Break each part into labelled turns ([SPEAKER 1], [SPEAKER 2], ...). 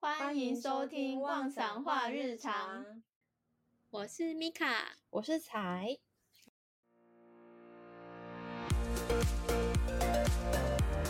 [SPEAKER 1] 欢迎收听《妄想话日常》，
[SPEAKER 2] 我是米卡。
[SPEAKER 3] 我是才。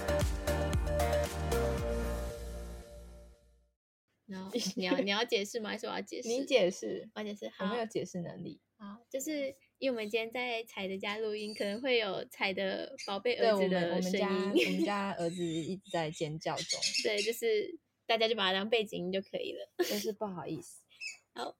[SPEAKER 2] 然 后你要你要解释吗？还是我要解释？
[SPEAKER 3] 你，解释，
[SPEAKER 2] 我解释。
[SPEAKER 3] 我
[SPEAKER 2] 好，
[SPEAKER 3] 没有解释能力。
[SPEAKER 2] 好，就是因为我们今天在彩的家录音，可能会有彩的宝贝
[SPEAKER 3] 对
[SPEAKER 2] 儿
[SPEAKER 3] 我
[SPEAKER 2] 子
[SPEAKER 3] 们，我
[SPEAKER 2] 的
[SPEAKER 3] 们
[SPEAKER 2] 声
[SPEAKER 3] 家
[SPEAKER 2] 音。
[SPEAKER 3] 我们家儿子一直在尖叫中，
[SPEAKER 2] 对，就是大家就把它当背景音就可以了。
[SPEAKER 3] 真是不好意思。
[SPEAKER 2] 好，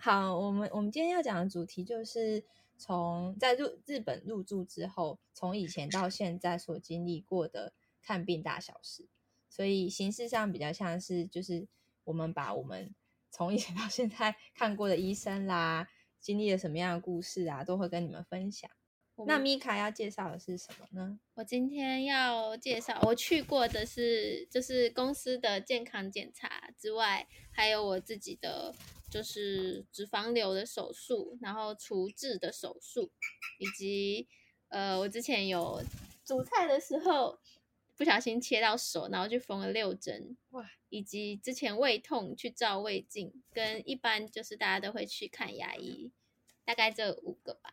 [SPEAKER 3] 好，我们我们今天要讲的主题就是从在入日本入住之后，从以前到现在所经历过的看病大小事，所以形式上比较像是就是我们把我们从以前到现在看过的医生啦，经历了什么样的故事啊，都会跟你们分享。
[SPEAKER 2] 我
[SPEAKER 3] 那
[SPEAKER 2] 们
[SPEAKER 3] 米卡要介绍的是什么呢？
[SPEAKER 2] 我今天要介绍我去过的是，就是公司的健康检查之外，还有我自己的就是脂肪瘤的手术，然后除痣的手术，以及呃，我之前有煮菜的时候不小心切到手，然后就缝了六针，
[SPEAKER 3] 哇，
[SPEAKER 2] 以及之前胃痛去照胃镜，跟一般就是大家都会去看牙医，大概这五个吧。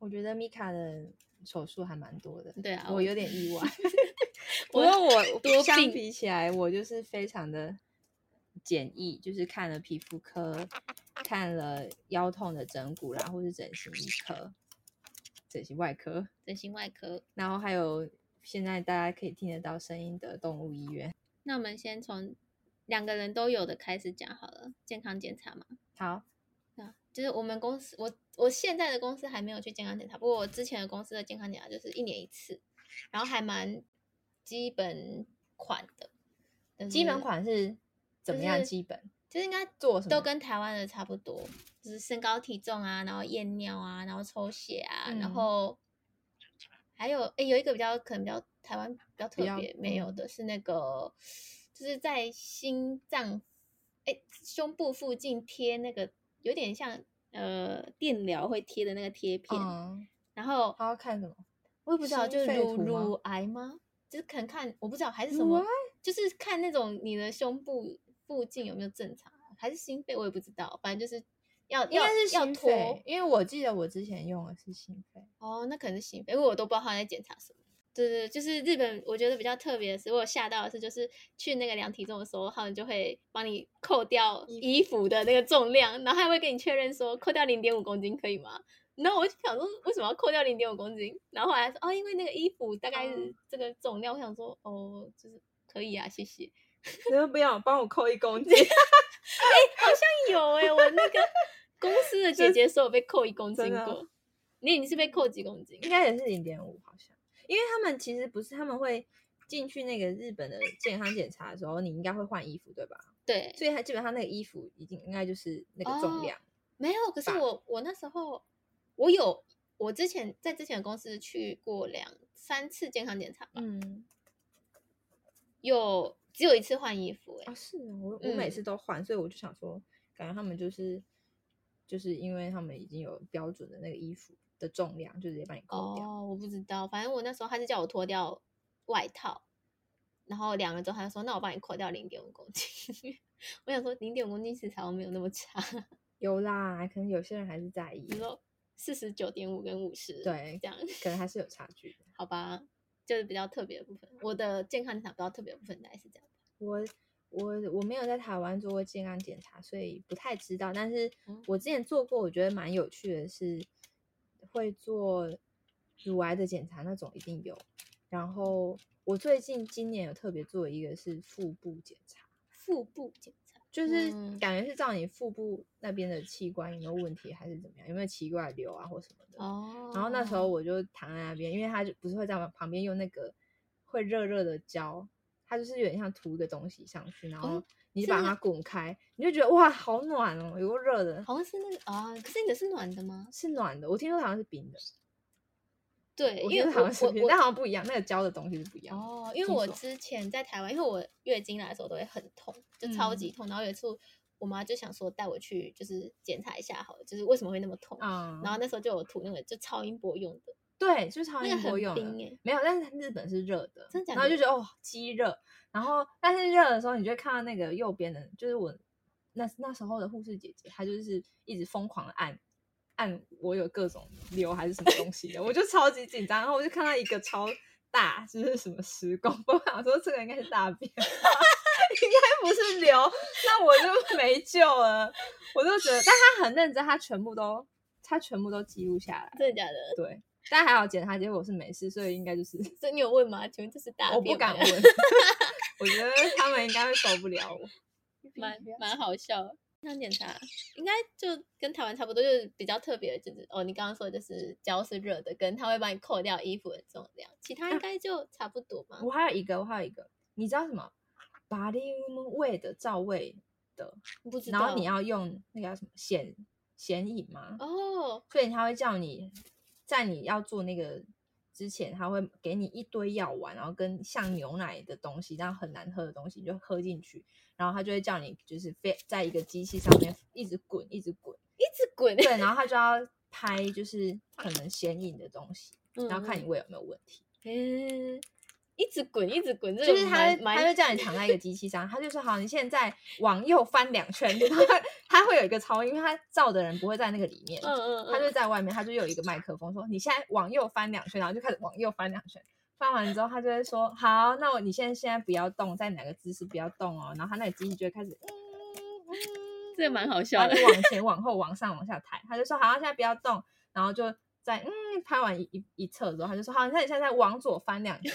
[SPEAKER 3] 我觉得米卡的手术还蛮多的，
[SPEAKER 2] 对啊，
[SPEAKER 3] 我有点意外。不
[SPEAKER 2] 我
[SPEAKER 3] 过我
[SPEAKER 2] 多
[SPEAKER 3] 相
[SPEAKER 2] 病
[SPEAKER 3] 比起来，我就是非常的简易，就是看了皮肤科，看了腰痛的整骨啦，或是整形医科、整形外科，
[SPEAKER 2] 整形外科。
[SPEAKER 3] 然后还有现在大家可以听得到声音的动物医院。
[SPEAKER 2] 那我们先从两个人都有的开始讲好了，健康检查嘛。
[SPEAKER 3] 好，
[SPEAKER 2] 啊，就是我们公司，我我现在的公司还没有去健康检查，不过我之前的公司的健康检查就是一年一次，然后还蛮基本款的。就是
[SPEAKER 3] 基本款嗯是怎么样？
[SPEAKER 2] 就是
[SPEAKER 3] 基本
[SPEAKER 2] 就是应该
[SPEAKER 3] 做什么
[SPEAKER 2] 都跟台湾的差不多，就是身高体重啊，然后验尿啊，然后抽血啊，然
[SPEAKER 3] 嗯
[SPEAKER 2] 后还有诶有一个比较可能比较台湾比较特
[SPEAKER 3] 比较
[SPEAKER 2] 别没有的是那个，就是在心脏诶胸部附近贴那个有点像呃电疗会贴的那个贴片，
[SPEAKER 3] 嗯，
[SPEAKER 2] 然后
[SPEAKER 3] 他要看什么？
[SPEAKER 2] 我也不知道，
[SPEAKER 3] 心
[SPEAKER 2] 就是
[SPEAKER 3] 肺
[SPEAKER 2] 乳
[SPEAKER 3] 图吗
[SPEAKER 2] 乳癌吗？就是可能看我不知道还是什
[SPEAKER 3] 乳
[SPEAKER 2] 么
[SPEAKER 3] 癌，
[SPEAKER 2] 就是看那种你的胸部附近有没有正常，啊还是心肺，我也不知道，反正就是要
[SPEAKER 3] 应
[SPEAKER 2] 要
[SPEAKER 3] 该是
[SPEAKER 2] 要
[SPEAKER 3] 心
[SPEAKER 2] 拖
[SPEAKER 3] 肺，因为我记得我之前用的是心肺。
[SPEAKER 2] 哦，那可能是心肺，因为我都不知道他在检查什么。对对，对就是日本，我觉得比较特别的是，我有吓到的是，就是去那个量体重的时候，他们就会帮你扣掉衣服的那个重量，然后还会跟你确认说扣掉零点五公斤可以吗？然后我就想说，为什么要扣掉零点五公斤？然后后来说，哦，因为那个衣服大概是这个重量，我想说，哦，就是可以啊，谢谢。
[SPEAKER 3] 你 说不要帮我扣一公斤，
[SPEAKER 2] 有哎、我那个公司的姐姐说我被扣一公斤
[SPEAKER 3] 真的
[SPEAKER 2] 过，你你是被扣几公斤？
[SPEAKER 3] 应该也是零点五，好像，因为他们其实不是，他们会进去那个日本的健康检查的时候，你应该会换衣服，对吧？
[SPEAKER 2] 对，
[SPEAKER 3] 所以他基本上那个衣服已经应该就是那个重量，
[SPEAKER 2] 没有，可是我我那时候我有我之前在之前的公司去过两三次健康检查吧，
[SPEAKER 3] 嗯，
[SPEAKER 2] 有只有一次换衣服、欸，
[SPEAKER 3] 啊是啊，我我每
[SPEAKER 2] 嗯
[SPEAKER 3] 次都换，所以我就想说，感觉他们就是就是因为他们已经有标准的那个衣服的重量，就直接把你扣掉，
[SPEAKER 2] 哦，我不知道，反正我那时候他是叫我脱掉外套，然后量了之后他就说，那我帮你扣掉零点五公斤。我想说零点五公斤其实好像没有那么差，
[SPEAKER 3] 有啦，可能有些人还是在意
[SPEAKER 2] 你，说四十九点五跟五十，
[SPEAKER 3] 对
[SPEAKER 2] 这样。
[SPEAKER 3] 可能还是有差距的。
[SPEAKER 2] 好吧，就是比较特别的部分。我的健康检查比较特别的部分大概是这样。
[SPEAKER 3] 我我我没有在台湾做过健康检查，所以不太知道。但是
[SPEAKER 2] 嗯
[SPEAKER 3] 我之前做过，我觉得蛮有趣的是，会做乳癌的检查那种一定有。然后我最近今年有特别做一个是腹部检查，
[SPEAKER 2] 腹部检查，
[SPEAKER 3] 就是
[SPEAKER 2] 嗯
[SPEAKER 3] 感觉是照你腹部那边的器官有没有问题，还是怎么样，有没有奇怪的瘤啊或什么的。
[SPEAKER 2] 哦
[SPEAKER 3] 然后那时候我就躺在那边，因为他就不是会在我旁边用那个会热热的胶，它就是有点像涂一个东西上去，然后
[SPEAKER 2] 哦
[SPEAKER 3] 你
[SPEAKER 2] 是
[SPEAKER 3] 把
[SPEAKER 2] 那
[SPEAKER 3] 它滚开，你就觉得哇，好暖哦，有个热的，
[SPEAKER 2] 好像是那个啊、可是你的是暖的吗？
[SPEAKER 3] 是暖的。我听说好像是冰的，
[SPEAKER 2] 对，
[SPEAKER 3] 我
[SPEAKER 2] 因
[SPEAKER 3] 听
[SPEAKER 2] 为我
[SPEAKER 3] 说好像是
[SPEAKER 2] 我
[SPEAKER 3] 冰的，
[SPEAKER 2] 我
[SPEAKER 3] 但好像不一样，那个胶的东西是不一样 的。
[SPEAKER 2] 哦，因为
[SPEAKER 3] 听
[SPEAKER 2] 我
[SPEAKER 3] 说
[SPEAKER 2] 之前在台湾，因为我月经来的时候都会很痛，就超级
[SPEAKER 3] 嗯
[SPEAKER 2] 痛。然后有一次我妈就想说带我去就是检查一下好了，就是为什么会那么痛。
[SPEAKER 3] 啊，
[SPEAKER 2] 然后那时候就有涂那个就超音波用的，
[SPEAKER 3] 对，就是
[SPEAKER 2] 那
[SPEAKER 3] 朝
[SPEAKER 2] 个
[SPEAKER 3] 鲜
[SPEAKER 2] 很
[SPEAKER 3] 国泳的
[SPEAKER 2] 冰欸
[SPEAKER 3] 没有，但是日本是热的，
[SPEAKER 2] 真假
[SPEAKER 3] 然后就
[SPEAKER 2] 的
[SPEAKER 3] 觉得哦，鸡热，然后但是热的时候，你就会看到那个右边的，就是我那那时候的护士姐姐，她就是一直疯狂的按按我有各种瘤还是什么东西的，我就超级紧张，然后我就看到一个超大，就是什么十公分，我想说这个应该是大便。应该不是瘤，那我就没救了。我就觉得，但她很认真，她全部都，她全部都记录下来。
[SPEAKER 2] 真的假的？
[SPEAKER 3] 对，但还好检查结果是没事，所以应该就是
[SPEAKER 2] 这你有问吗？请问这是大
[SPEAKER 3] 我
[SPEAKER 2] 便
[SPEAKER 3] 不敢
[SPEAKER 2] 吗
[SPEAKER 3] 问，， 我觉得他们应该会受不了我。
[SPEAKER 2] 蛮蛮好笑的。那检查应该就跟台湾差不多，就是比较特别，就是哦，你刚刚说的就是脚是热的，跟他会帮你扣掉衣服的重量，其他应
[SPEAKER 3] 啊
[SPEAKER 2] 该就差不多嘛。
[SPEAKER 3] 我还有一个，我还有一个，你知道什么？Barium 味的照胃的，
[SPEAKER 2] 不知道。
[SPEAKER 3] 然后你要用那个叫什么显显影吗？
[SPEAKER 2] 哦，
[SPEAKER 3] 所以他会叫你在你要做那个之前，他会给你一堆药丸，然后跟像牛奶的东西，然后很难喝的东西你就喝进去，然后他就会叫你就是非在一个机器上面一直滚，一直滚。
[SPEAKER 2] 一直滚。
[SPEAKER 3] 对，然后他就要拍就是可能显影的东西，然后看你
[SPEAKER 2] 嗯
[SPEAKER 3] 胃有没有问题。
[SPEAKER 2] 嗯，一直滚，一直滚，这
[SPEAKER 3] 就
[SPEAKER 2] 个
[SPEAKER 3] 是他
[SPEAKER 2] 蛮
[SPEAKER 3] 会，
[SPEAKER 2] 蛮
[SPEAKER 3] 他就叫你躺在一个机器上，他就说好，你现在往右翻两圈， 然后他会有一个超音，因为他照的人不会在那个里面，
[SPEAKER 2] 嗯嗯嗯，
[SPEAKER 3] 他就在外面，他就有一个麦克风说你现在往右翻两圈，然后就开始往右翻两圈。翻完之后，他就会说：“好，那我你现在现在不要动，在哪个姿势不要动哦。”然后他那个机器就会开始，嗯嗯
[SPEAKER 2] 这个蛮好笑
[SPEAKER 3] 然后
[SPEAKER 2] 的
[SPEAKER 3] 就。往前、往后、往上、往下抬。他就说：“好，现在不要动。”然后就在嗯拍完一一一侧之后，他就说：“好，那你现在往左翻两圈，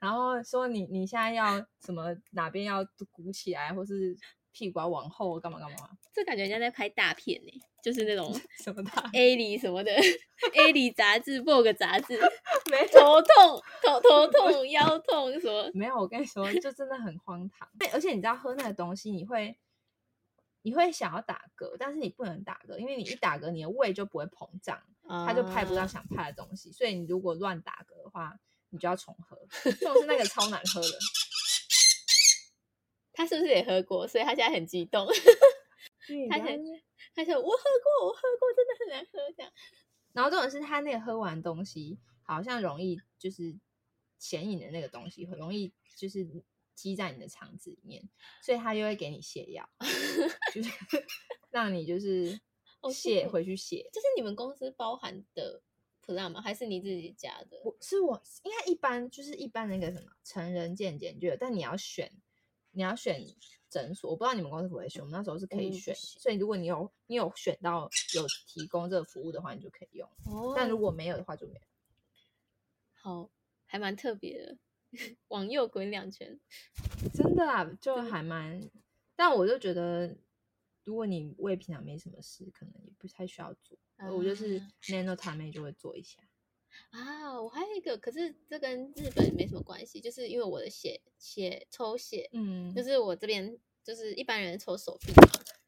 [SPEAKER 3] 然后说你你现在要什么哪边要鼓起来，或是屁股要往后干嘛干嘛
[SPEAKER 2] 这感觉人家在拍大片呢、就是那 种
[SPEAKER 3] 什么的，
[SPEAKER 2] A 里什么的 A 里杂志、Vogue 杂志，
[SPEAKER 3] 没有
[SPEAKER 2] 头痛、头头痛、腰痛什么，
[SPEAKER 3] 没有，我跟你说，就真的很荒唐。 对而且你知道喝那个东西，你会你会想要打嗝，但是你不能打嗝，因为你一打嗝，你的胃就不会膨胀。
[SPEAKER 2] 他
[SPEAKER 3] 他就拍不
[SPEAKER 2] 啊
[SPEAKER 3] 到想拍的东西，所以你如果乱打嗝的话，你就要重喝。就是那个超难喝的，
[SPEAKER 2] 他是不是也喝过？所以他现在很激动， 他
[SPEAKER 3] 然后
[SPEAKER 2] 很他说我喝过，我喝过，真的很难喝这样。
[SPEAKER 3] 然后重点是他那个喝完东西，好像容易就是显影的那个东西，很容易就是积在你的肠子里面，所以他就会给你泻药，就是 让你就是
[SPEAKER 2] 哦是
[SPEAKER 3] 泻
[SPEAKER 2] 哦
[SPEAKER 3] 回去泻。
[SPEAKER 2] 这是你们公司包含的 plan 吗？还是你自己加的？
[SPEAKER 3] 我是我应该一般就是一般那个什么成人健检就有，但你要选你要选诊所，我不知道你们嗯公司会不会选，我们那时候是可
[SPEAKER 2] 我们
[SPEAKER 3] 以
[SPEAKER 2] 不
[SPEAKER 3] 选，
[SPEAKER 2] 行
[SPEAKER 3] 所以如果你有你有选到有提供这个服务的话，你就可以用，
[SPEAKER 2] 哦
[SPEAKER 3] 但如果没有的话就没有。
[SPEAKER 2] 好，还蛮特别的，往右滚两圈。
[SPEAKER 3] 真的啊，就还蛮，但我就觉得，如果你胃平常没什么事，可能也不太需要做。呃我就是 nano time 就会做一下。
[SPEAKER 2] 啊，我还有一个，可是这跟日本没什么关系，就是因为我的血血抽血，
[SPEAKER 3] 嗯
[SPEAKER 2] 就，是我这边就是一般人抽手臂嘛，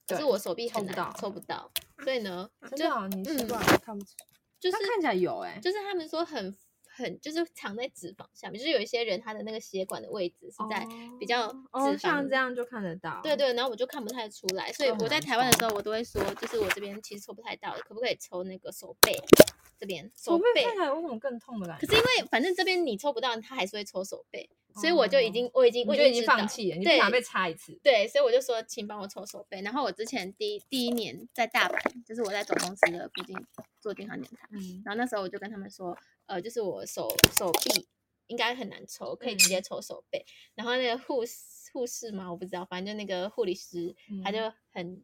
[SPEAKER 2] 可是
[SPEAKER 3] 对
[SPEAKER 2] 我手臂
[SPEAKER 3] 抽
[SPEAKER 2] 很
[SPEAKER 3] 不
[SPEAKER 2] 难
[SPEAKER 3] 到
[SPEAKER 2] 抽不到，所以呢，
[SPEAKER 3] 真
[SPEAKER 2] 就
[SPEAKER 3] 的、哦，你是
[SPEAKER 2] 嗯
[SPEAKER 3] 吧？我看不出，
[SPEAKER 2] 就是
[SPEAKER 3] 他看起来有哎、
[SPEAKER 2] 就是他们说很很就是藏在脂肪下面，就是有一些人他的那个血管的位置是在比较脂
[SPEAKER 3] 哦
[SPEAKER 2] 肪、
[SPEAKER 3] 哦，像这样就看得到。
[SPEAKER 2] 对对，然后我就看不太出来，所以
[SPEAKER 3] 就很
[SPEAKER 2] 我在
[SPEAKER 3] 难
[SPEAKER 2] 台湾的时候，我都会说，就是我这边其实抽不太到，可不可以抽那个手背这边
[SPEAKER 3] 手
[SPEAKER 2] 手
[SPEAKER 3] 背
[SPEAKER 2] 背？
[SPEAKER 3] 看起来有种更痛的感
[SPEAKER 2] 可
[SPEAKER 3] 觉？
[SPEAKER 2] 是因为反正这边你抽不到，他还是会抽手背，所以我就已经我已经我
[SPEAKER 3] 我哦就已
[SPEAKER 2] 知
[SPEAKER 3] 经
[SPEAKER 2] 道
[SPEAKER 3] 放弃了，你不
[SPEAKER 2] 对
[SPEAKER 3] 想被插一次？
[SPEAKER 2] 对，所以我就说，请帮我抽手背。然后我之前第一第一年在大阪，就是我在总公司的附近做健康检查，
[SPEAKER 3] 嗯，
[SPEAKER 2] 然后那时候我就跟他们说，呃，就是我手手臂应该很难抽，可以直
[SPEAKER 3] 嗯
[SPEAKER 2] 接抽手背。然后那个护士护士嘛，我不知道，反正就那个护理师，他
[SPEAKER 3] 嗯
[SPEAKER 2] 就很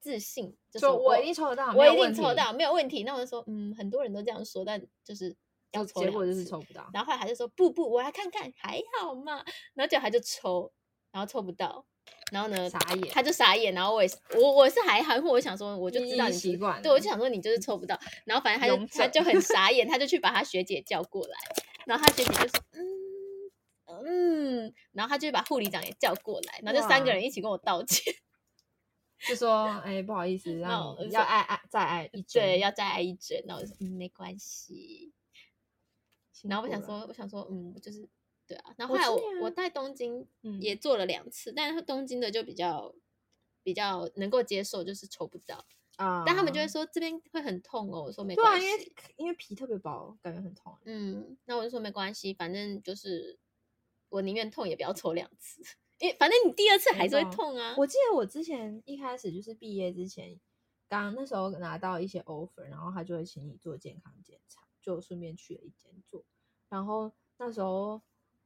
[SPEAKER 2] 自信，就
[SPEAKER 3] 说
[SPEAKER 2] 说
[SPEAKER 3] 我一定抽得到，
[SPEAKER 2] 我
[SPEAKER 3] 没有
[SPEAKER 2] 一定
[SPEAKER 3] 问
[SPEAKER 2] 抽
[SPEAKER 3] 题
[SPEAKER 2] 到，，没有问题。那我就说，嗯，很多人都这样说，但就是要
[SPEAKER 3] 就
[SPEAKER 2] 抽
[SPEAKER 3] 结
[SPEAKER 2] 两
[SPEAKER 3] 果就是
[SPEAKER 2] 次
[SPEAKER 3] 抽不到。
[SPEAKER 2] 然后后来他就说不不，我来看看，还好嘛。然后结果他就抽，然后抽不到，然后呢，
[SPEAKER 3] 傻眼
[SPEAKER 2] 他就傻眼。然后我也是，我我是还好，因为我想说，我就
[SPEAKER 3] 你
[SPEAKER 2] 知
[SPEAKER 3] 已
[SPEAKER 2] 道
[SPEAKER 3] 经
[SPEAKER 2] 你
[SPEAKER 3] 习
[SPEAKER 2] 是
[SPEAKER 3] 惯
[SPEAKER 2] 对，我
[SPEAKER 3] 了
[SPEAKER 2] 就想说你就是抽不到。然后反正他就
[SPEAKER 3] 勇
[SPEAKER 2] 他
[SPEAKER 3] 者
[SPEAKER 2] 就很傻眼，他就去把他学姐叫过来，然后他学姐就说嗯。嗯，然后他就把护理长也叫过来，然后就三个
[SPEAKER 3] 哇
[SPEAKER 2] 人一起跟我道歉，
[SPEAKER 3] 就说哎，不好 意思，
[SPEAKER 2] 那
[SPEAKER 3] 让
[SPEAKER 2] 我
[SPEAKER 3] 你
[SPEAKER 2] 说
[SPEAKER 3] 要爱爱再爱一针，
[SPEAKER 2] 对，要再挨一针。然后我就说嗯，没关系。
[SPEAKER 3] 辛
[SPEAKER 2] 然后我
[SPEAKER 3] 苦
[SPEAKER 2] 想
[SPEAKER 3] 了
[SPEAKER 2] 说，我想说，嗯，就是对啊。然后
[SPEAKER 3] 我
[SPEAKER 2] 后来
[SPEAKER 3] 之
[SPEAKER 2] 我
[SPEAKER 3] 前
[SPEAKER 2] 我在东京
[SPEAKER 3] 嗯
[SPEAKER 2] 也做了两次，但是东京的就比较比较能够接受，就是抽不到。
[SPEAKER 3] 啊
[SPEAKER 2] 但他们就会说这边会很痛哦。我说没
[SPEAKER 3] 对啊，
[SPEAKER 2] 关
[SPEAKER 3] 因
[SPEAKER 2] 系，
[SPEAKER 3] 为因为皮特别薄，感觉很痛。
[SPEAKER 2] 嗯，那我就说没关系，反正就是我宁愿痛也不要抽两次， 因为反正你第二次还是会
[SPEAKER 3] 没错
[SPEAKER 2] 痛啊。
[SPEAKER 3] 哦我记得我之前一开始就是毕业之前，刚那时候拿到一些 offer，然后他就会请你做健康检查，就顺便去了一间做。然后那时候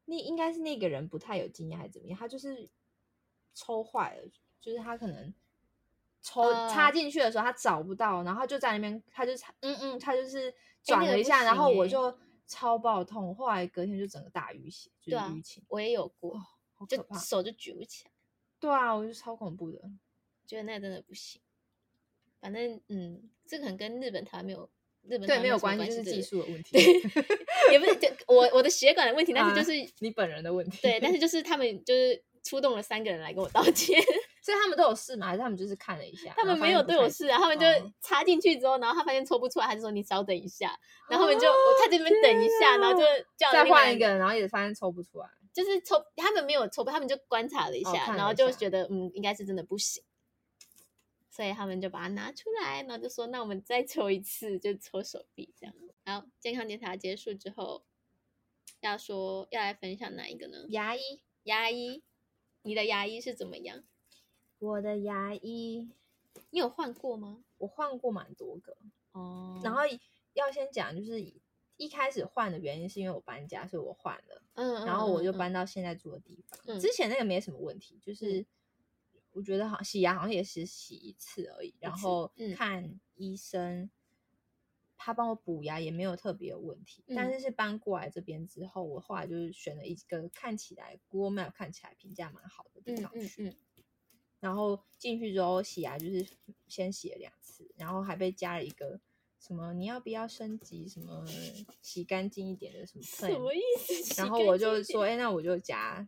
[SPEAKER 3] 那应该是那个人不太有经验还是怎么样，他就是抽坏了，就是他可能抽、插
[SPEAKER 2] 呃
[SPEAKER 3] 进去的时候他找不到，然后他就在那边他就插嗯嗯，他就是
[SPEAKER 2] 哎那
[SPEAKER 3] 转
[SPEAKER 2] 个
[SPEAKER 3] 了一
[SPEAKER 2] 不
[SPEAKER 3] 下，然
[SPEAKER 2] 行
[SPEAKER 3] 后我
[SPEAKER 2] 欸
[SPEAKER 3] 就超爆痛，后来隔天就整个大淤血，就
[SPEAKER 2] 对
[SPEAKER 3] 是
[SPEAKER 2] 啊
[SPEAKER 3] 淤青，
[SPEAKER 2] 我也有过，
[SPEAKER 3] 哦好可
[SPEAKER 2] 就
[SPEAKER 3] 怕。
[SPEAKER 2] 手就举不起来，
[SPEAKER 3] 对啊，我就超恐怖的。
[SPEAKER 2] 觉得那真的不行。反正嗯，这个可能跟日本台湾没有日本台
[SPEAKER 3] 对，
[SPEAKER 2] 湾
[SPEAKER 3] 没有
[SPEAKER 2] 什么
[SPEAKER 3] 关
[SPEAKER 2] 关
[SPEAKER 3] 系，就是
[SPEAKER 2] 对
[SPEAKER 3] 技
[SPEAKER 2] 不
[SPEAKER 3] 术的
[SPEAKER 2] 对
[SPEAKER 3] 问题。
[SPEAKER 2] 对 也不是就我我的血管的问题，但是就
[SPEAKER 3] 啊
[SPEAKER 2] 是、
[SPEAKER 3] 你本人的问题。
[SPEAKER 2] 对，但是就是他们就是出动了三个人来跟我道歉。
[SPEAKER 3] 所以他们都有试吗？还是他们就是看了一下？
[SPEAKER 2] 他
[SPEAKER 3] 然
[SPEAKER 2] 们
[SPEAKER 3] 后发
[SPEAKER 2] 没
[SPEAKER 3] 现
[SPEAKER 2] 有
[SPEAKER 3] 不
[SPEAKER 2] 对我
[SPEAKER 3] 太
[SPEAKER 2] 试啊，他们就
[SPEAKER 3] 哦
[SPEAKER 2] 插进去之后，然后他发现抽不出来，他就说你稍等一下，然后我们就我在这边等一下，
[SPEAKER 3] 天
[SPEAKER 2] 然后就
[SPEAKER 3] 啊
[SPEAKER 2] 叫
[SPEAKER 3] 哦再
[SPEAKER 2] 另外
[SPEAKER 3] 换一个，，然后也发现抽不出来。
[SPEAKER 2] 就是抽他们没有抽，他们就观察了一
[SPEAKER 3] 哦
[SPEAKER 2] 下，
[SPEAKER 3] 看
[SPEAKER 2] 然
[SPEAKER 3] 了
[SPEAKER 2] 后
[SPEAKER 3] 一
[SPEAKER 2] 就
[SPEAKER 3] 下
[SPEAKER 2] 觉得嗯应该是真的不行，所以他们就把它拿出来，然后就说那我们再抽一次，就抽手臂这样。然后健康检查结束之后，要说要来分享哪一个呢？
[SPEAKER 3] 牙医，
[SPEAKER 2] 牙医，你的牙医是怎么样？
[SPEAKER 3] 我的牙医，
[SPEAKER 2] 你有换过吗？
[SPEAKER 3] 我换过蛮多个。
[SPEAKER 2] 哦
[SPEAKER 3] 然后要先讲，就是一开始换的原因是因为我搬家，所以我换了，
[SPEAKER 2] 嗯，
[SPEAKER 3] 然后我就
[SPEAKER 2] 搬。嗯嗯
[SPEAKER 3] 搬到现在住的地
[SPEAKER 2] 嗯
[SPEAKER 3] 方。之前那个没什么问题，就是我觉得好洗牙好像也是洗一次而已，然
[SPEAKER 2] 次
[SPEAKER 3] 后
[SPEAKER 2] 嗯
[SPEAKER 3] 看医生。他帮我补牙也没有特别有问题，但
[SPEAKER 2] 嗯
[SPEAKER 3] 是是搬过来这边之后，我后来就是选了一个看起来 Google Map 看起来评价蛮好的地
[SPEAKER 2] 嗯
[SPEAKER 3] 方去，
[SPEAKER 2] 嗯嗯，
[SPEAKER 3] 然后进去之后洗牙就是先洗了两次，然后还被加了一个什么你要不要升级什么洗干净一点的什么 plan，
[SPEAKER 2] 什么意思？
[SPEAKER 3] 然后我就说，哎、那我就加，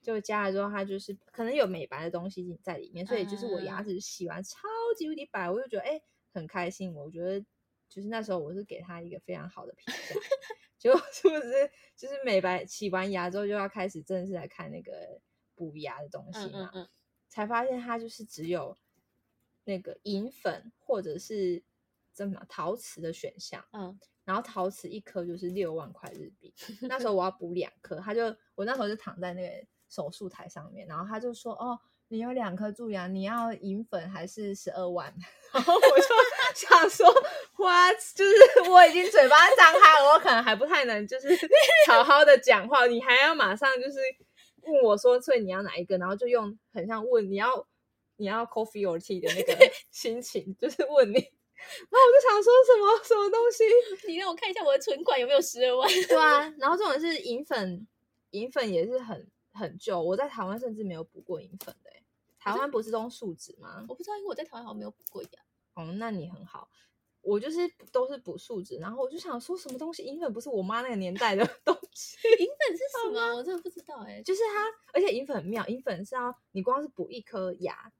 [SPEAKER 3] 就加了之后，它就是可能有美白的东西在里面，所以就是我牙
[SPEAKER 2] 嗯
[SPEAKER 3] 齿洗完超级无敌白，我就觉得哎、诶很开心。我觉得就是那时候我是给他一个非常好的评价，结果 是不是就是美白洗完牙之后就要开始正式来看那个补牙的东西
[SPEAKER 2] 嗯
[SPEAKER 3] 嘛，
[SPEAKER 2] 嗯嗯，
[SPEAKER 3] 才发现它就是只有那个银粉或者是怎么陶瓷的选项。
[SPEAKER 2] 嗯，
[SPEAKER 3] 然后陶瓷一颗就是六万块日币。那时候我要补两颗，他就我那时候就躺在那个手术台上面，然后他就说：“哦，你有两颗蛀牙，你要银粉还是十二万？” 然后我就想说：“ 哇，就是我已经嘴巴张开了，我可能还不太能就是 好好的讲话，你还要马上就是问我说，所以你要哪一个？然后就用很像问你要你要 coffee or tea 的那 个心情，就是问你。”然后我就想说什么什么东西，
[SPEAKER 2] 你让我看一下我的存款有没有十二万？
[SPEAKER 3] 对啊，然后这种是银粉，银粉也是很很旧，我在台湾甚至没有补过银粉的欸、台湾不是都用树脂吗？
[SPEAKER 2] 我不知道，因为我在台湾好像没有补过牙。
[SPEAKER 3] 哦，那你很好。我就是都是补树脂，然后我就想说什么东西，银粉不是我妈那个年代的东西，
[SPEAKER 2] 银粉是什么？啊我真的不知道哎。
[SPEAKER 3] 就是它，而且银粉很妙，银粉是要你光是补一颗牙，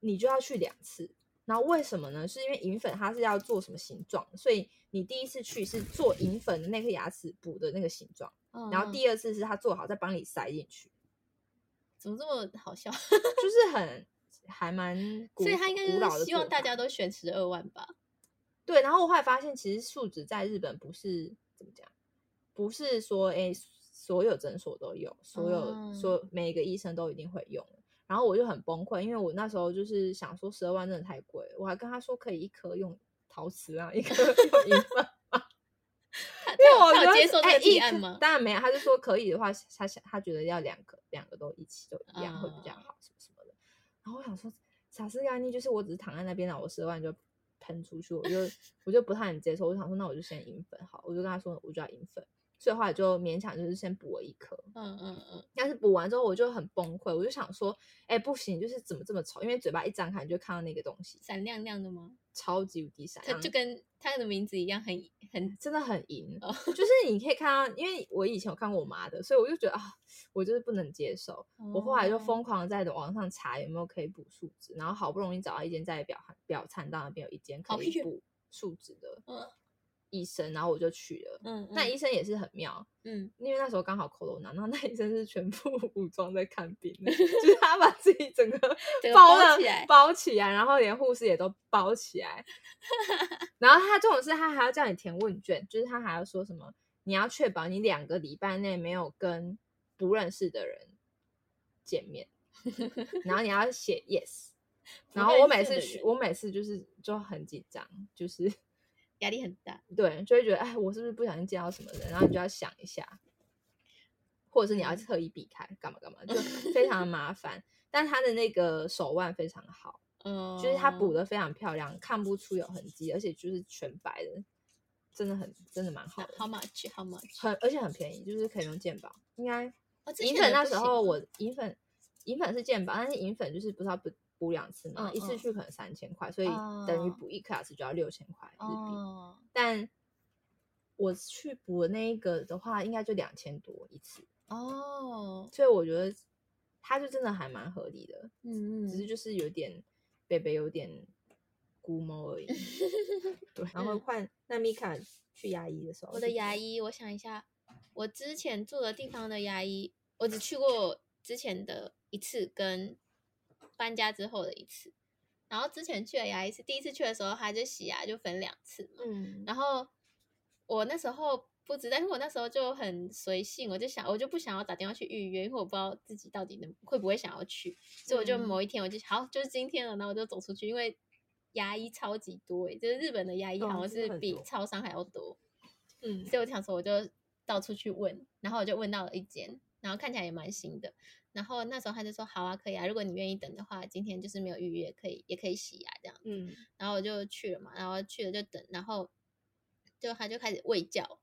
[SPEAKER 3] 你就要去两次。然后为什么呢？是因为银粉它是要做什么形状，所以你第一次去是做银粉的那颗牙齿补的那个形状。然后
[SPEAKER 2] 嗯
[SPEAKER 3] 第二次是他做好再帮你塞进去，
[SPEAKER 2] 怎么这么好笑？
[SPEAKER 3] 就是很还蛮古，
[SPEAKER 2] 所以他应该
[SPEAKER 3] 古
[SPEAKER 2] 就
[SPEAKER 3] 老
[SPEAKER 2] 是
[SPEAKER 3] 的
[SPEAKER 2] 希望
[SPEAKER 3] 做
[SPEAKER 2] 大
[SPEAKER 3] 法
[SPEAKER 2] 家都选十二万吧？
[SPEAKER 3] 对。然后我后来发现，其实树脂在日本不是怎么讲，不是说哎所有诊所都有，所有、
[SPEAKER 2] 哦
[SPEAKER 3] 所每个医生都一定会用。然后我就很崩溃，因为我那时候就是想说十二万真的太贵了，我还跟他说可以一颗用陶瓷啊，一颗用 银粉。
[SPEAKER 2] 他
[SPEAKER 3] 因为
[SPEAKER 2] 他
[SPEAKER 3] 我
[SPEAKER 2] 他
[SPEAKER 3] 觉
[SPEAKER 2] 有
[SPEAKER 3] 得
[SPEAKER 2] 接受这
[SPEAKER 3] 哎
[SPEAKER 2] 个提
[SPEAKER 3] 一
[SPEAKER 2] 案
[SPEAKER 3] 颗
[SPEAKER 2] 吗？
[SPEAKER 3] 当然没啊有，他就说可以的话，他想他觉得要两个两个都一起都一样、会比较
[SPEAKER 2] 啊
[SPEAKER 3] 好什么什么的。然后我想说，傻斯干尼就是我只是躺在那边，然后我十万就喷出去，我 就我就不太能接受。我想说，那我就先银粉好，我就跟他说我就要银粉，所以后来就勉强就是先补了一颗。
[SPEAKER 2] 嗯嗯嗯，
[SPEAKER 3] 但是补完之后我就很崩溃，我就想说，哎、不行，就是怎么这么丑？因为嘴巴一张开你就看到那个东西，
[SPEAKER 2] 闪亮亮的吗？
[SPEAKER 3] 超级无敌闪
[SPEAKER 2] 它
[SPEAKER 3] 亮，
[SPEAKER 2] 就跟它的名字一样，很很
[SPEAKER 3] 真的很银，
[SPEAKER 2] 哦
[SPEAKER 3] 就是你可以看到，因为我以前有看过我妈的，所以我就觉得啊，我就是不能接受。我后来就
[SPEAKER 2] 哦
[SPEAKER 3] 疯狂的在网上查有没有可以补树脂，然后好不容易找到一间在表表参道那边有一间
[SPEAKER 2] 好
[SPEAKER 3] 可以
[SPEAKER 2] 远
[SPEAKER 3] 补树脂的
[SPEAKER 2] 哦嗯
[SPEAKER 3] 医生，然后我就去了。
[SPEAKER 2] 嗯，
[SPEAKER 3] 那医生也是很妙，
[SPEAKER 2] 嗯
[SPEAKER 3] 因为那时候刚好 corona，然后那医 生是全副武装在看病 的，就是他把自己整个
[SPEAKER 2] 整个
[SPEAKER 3] 包
[SPEAKER 2] 包
[SPEAKER 3] 了
[SPEAKER 2] 起来
[SPEAKER 3] 包起来，然后连护士也都包起 来。然后他这种事，他还要叫你填问卷，就是他还要说什么，你要确保你两个礼拜内没有跟不认识的人见 面，然后你要写 yes。然后我每次
[SPEAKER 2] 认识的
[SPEAKER 3] 去，
[SPEAKER 2] 人
[SPEAKER 3] 我每次就是就很紧张，就是
[SPEAKER 2] 压力很大。
[SPEAKER 3] 对，就会觉得哎，我是不是不小心见到什么人？然后你就要想一下，或者是你要
[SPEAKER 2] 嗯
[SPEAKER 3] 特意避开，干嘛干嘛，就非常的麻烦。但他的那个手腕非常好，
[SPEAKER 2] 嗯，
[SPEAKER 3] 就是他补的非常漂亮，看不出有痕迹，而且就是全白的，真的很真的蛮好的，
[SPEAKER 2] How much? How much？
[SPEAKER 3] 很而且很便宜，就是可以用健保。应该
[SPEAKER 2] 哦之
[SPEAKER 3] 银
[SPEAKER 2] 前
[SPEAKER 3] 粉
[SPEAKER 2] 的
[SPEAKER 3] 那
[SPEAKER 2] 不
[SPEAKER 3] 时
[SPEAKER 2] 行
[SPEAKER 3] 候
[SPEAKER 2] 吗
[SPEAKER 3] 我银粉银粉是健保，但是银粉就是不是要补补两次嘛，
[SPEAKER 2] 嗯
[SPEAKER 3] 一次
[SPEAKER 2] 嗯
[SPEAKER 3] 去可能三千块，所以等于
[SPEAKER 2] 哦
[SPEAKER 3] 补一克拉斯就要六千块日币。
[SPEAKER 2] 哦，
[SPEAKER 3] 但我去补的那一个的话，应该就两千多一次，
[SPEAKER 2] 哦，
[SPEAKER 3] 所以我觉得它就真的还蛮合理的，
[SPEAKER 2] 嗯
[SPEAKER 3] 只是
[SPEAKER 2] 嗯，
[SPEAKER 3] 就是有点北北有点估摸 而已。对，然后
[SPEAKER 2] 嗯
[SPEAKER 3] 换那米卡去牙医的时候，
[SPEAKER 2] 我的牙，医，我想一下，我之前住的地方的牙医，我只去过之前的一次，跟搬家之后的一次。然后之前去的牙医是第一次去的时候，他就洗牙就分两次嘛。
[SPEAKER 3] 嗯，
[SPEAKER 2] 然后我那时候不知，但是我那时候就很随性，我就想，我就不想要打电话去预约，因为我不知道自己到底能会不会想要去，所以我就
[SPEAKER 3] 嗯
[SPEAKER 2] 某一天我就好，就是今天了，然后我就走出去，因为牙医超级多欸，就是日本的牙医
[SPEAKER 3] 哦
[SPEAKER 2] 好像
[SPEAKER 3] 真的
[SPEAKER 2] 是
[SPEAKER 3] 很
[SPEAKER 2] 比
[SPEAKER 3] 多
[SPEAKER 2] 超商还要多，
[SPEAKER 3] 嗯，
[SPEAKER 2] 所以我想说我就到处去问，然后我就问到了一间，然后看起来也蛮新的。然后那时候他就说好啊，可以啊，如果你愿意等的话，今天就是没有预约，可以也可以洗牙这样子。
[SPEAKER 3] 嗯，
[SPEAKER 2] 然后我就去了嘛，然后去了就等，然后就他就开始喂教，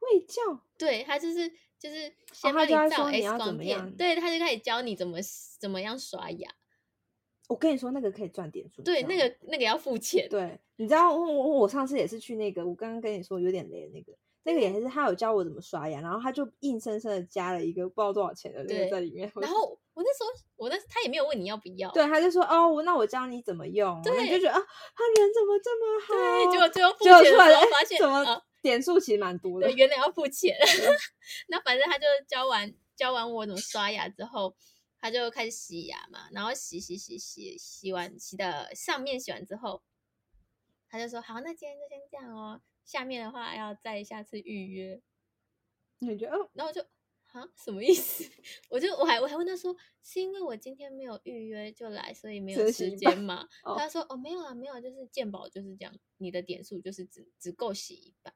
[SPEAKER 3] 喂教，
[SPEAKER 2] 对他就是就是
[SPEAKER 1] 哦
[SPEAKER 2] 先
[SPEAKER 3] 他
[SPEAKER 2] 帮
[SPEAKER 3] 就要
[SPEAKER 2] 照
[SPEAKER 3] 说你
[SPEAKER 2] X
[SPEAKER 3] 要怎
[SPEAKER 2] 光
[SPEAKER 3] 么
[SPEAKER 2] 片，
[SPEAKER 3] 样
[SPEAKER 2] 对，他就开始教你怎么怎么样刷牙，
[SPEAKER 1] 我跟你说，那个可以赚点数。
[SPEAKER 2] 对，
[SPEAKER 1] 你
[SPEAKER 2] 那
[SPEAKER 1] 知道吗
[SPEAKER 2] 个那个要付钱，
[SPEAKER 1] 对，你知道我我我上次也是去那个，我刚刚跟你说有点雷的那个，那个也是他有教我怎么刷牙，然后他就硬生生的加了一个不知道多少钱的那
[SPEAKER 2] 对
[SPEAKER 1] 个在里面。我
[SPEAKER 2] 然
[SPEAKER 1] 就
[SPEAKER 2] 后我那时候我那他也没有问你要不要，
[SPEAKER 1] 对，他就说哦，我那我教你怎么用，然后你就
[SPEAKER 2] 对
[SPEAKER 1] 觉得啊，他人怎么这么好？
[SPEAKER 2] 对，结果最后付
[SPEAKER 1] 啊结果
[SPEAKER 2] 钱
[SPEAKER 1] 出
[SPEAKER 2] 的
[SPEAKER 1] 来
[SPEAKER 2] 时
[SPEAKER 1] 了
[SPEAKER 2] 候
[SPEAKER 1] 哎
[SPEAKER 2] 发现
[SPEAKER 1] 怎么、
[SPEAKER 2] 啊
[SPEAKER 1] 点数其实蛮多的
[SPEAKER 2] 对，。原来要付钱。 那反正他就教完教完我怎么刷牙之后，他就开始洗牙嘛，然后洗洗洗洗洗完洗的上面洗完之后，他就说好，那今天就先这样哦，下面的话要再下次预约。
[SPEAKER 1] 你觉得哦，
[SPEAKER 2] 然后我就啊什么意思？ 我就我还我还问他说，是因为我今天没有预约就来，所以没有
[SPEAKER 1] 真
[SPEAKER 2] 时
[SPEAKER 1] 行吧
[SPEAKER 2] 间吗？
[SPEAKER 1] 哦
[SPEAKER 2] 他说哦没有啊没有啊，就是鉴宝就是这样，你的点数就是只只够洗一半。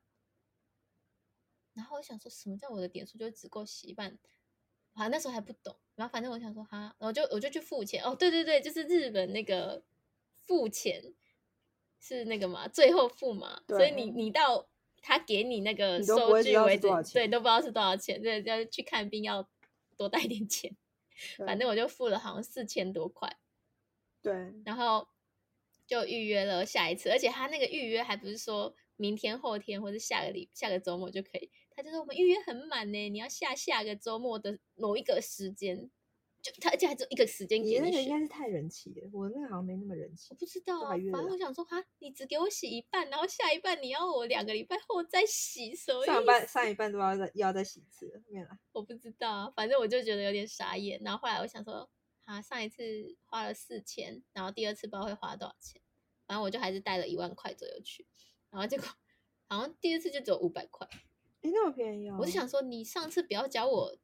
[SPEAKER 2] 然后我想说什么叫我的点数就只够洗一半？好像那时候还不懂，然后反正我想说哈，然后就我就去付钱哦，对对对，就是日本那个付钱是那个嘛，最后付嘛，所以
[SPEAKER 1] 对
[SPEAKER 2] 你你到他给你那个
[SPEAKER 1] 你都不
[SPEAKER 2] 收
[SPEAKER 1] 会知
[SPEAKER 2] 据
[SPEAKER 1] 道
[SPEAKER 2] 为
[SPEAKER 1] 是
[SPEAKER 2] 止
[SPEAKER 1] 多少，钱
[SPEAKER 2] 对，你都不知道是多少钱，对，要去看病要多带点 钱，反
[SPEAKER 1] 对
[SPEAKER 2] 正我就付了好像四千多块，
[SPEAKER 1] 对，
[SPEAKER 2] 然后就预约了下一次，而且他那个预约还不是说明天、后天或者下个礼下个周末就可以，他就说我们预约很满呢，你要下下个周末的某一个时间，就他而且还只有一个时间
[SPEAKER 1] 你
[SPEAKER 2] 给
[SPEAKER 1] 那个
[SPEAKER 2] 你
[SPEAKER 1] 应
[SPEAKER 2] 选。
[SPEAKER 1] 该是太人气了，我那个好像没那么人气
[SPEAKER 2] 我。不知道
[SPEAKER 1] 都
[SPEAKER 2] 啊，
[SPEAKER 1] 还约
[SPEAKER 2] 反
[SPEAKER 1] 了啦
[SPEAKER 2] 正我想说，哈，你只给我洗一半，然后下一半你要我两个礼拜后再洗，什么
[SPEAKER 1] 上
[SPEAKER 2] 意
[SPEAKER 1] 半
[SPEAKER 2] 思
[SPEAKER 1] 上一半都要再又要再洗一次了，没有啦。
[SPEAKER 2] 我不知道啊，反正我就觉得有点傻眼。然后后来我想说，啊，上一次花了四千，然后第二次不知道会花多少钱，反正我就还是带了一万块左右去，然后结果好像第二次就只有五百块。
[SPEAKER 1] 诶，那么便宜哦！
[SPEAKER 2] 我就想说，你上次不要教我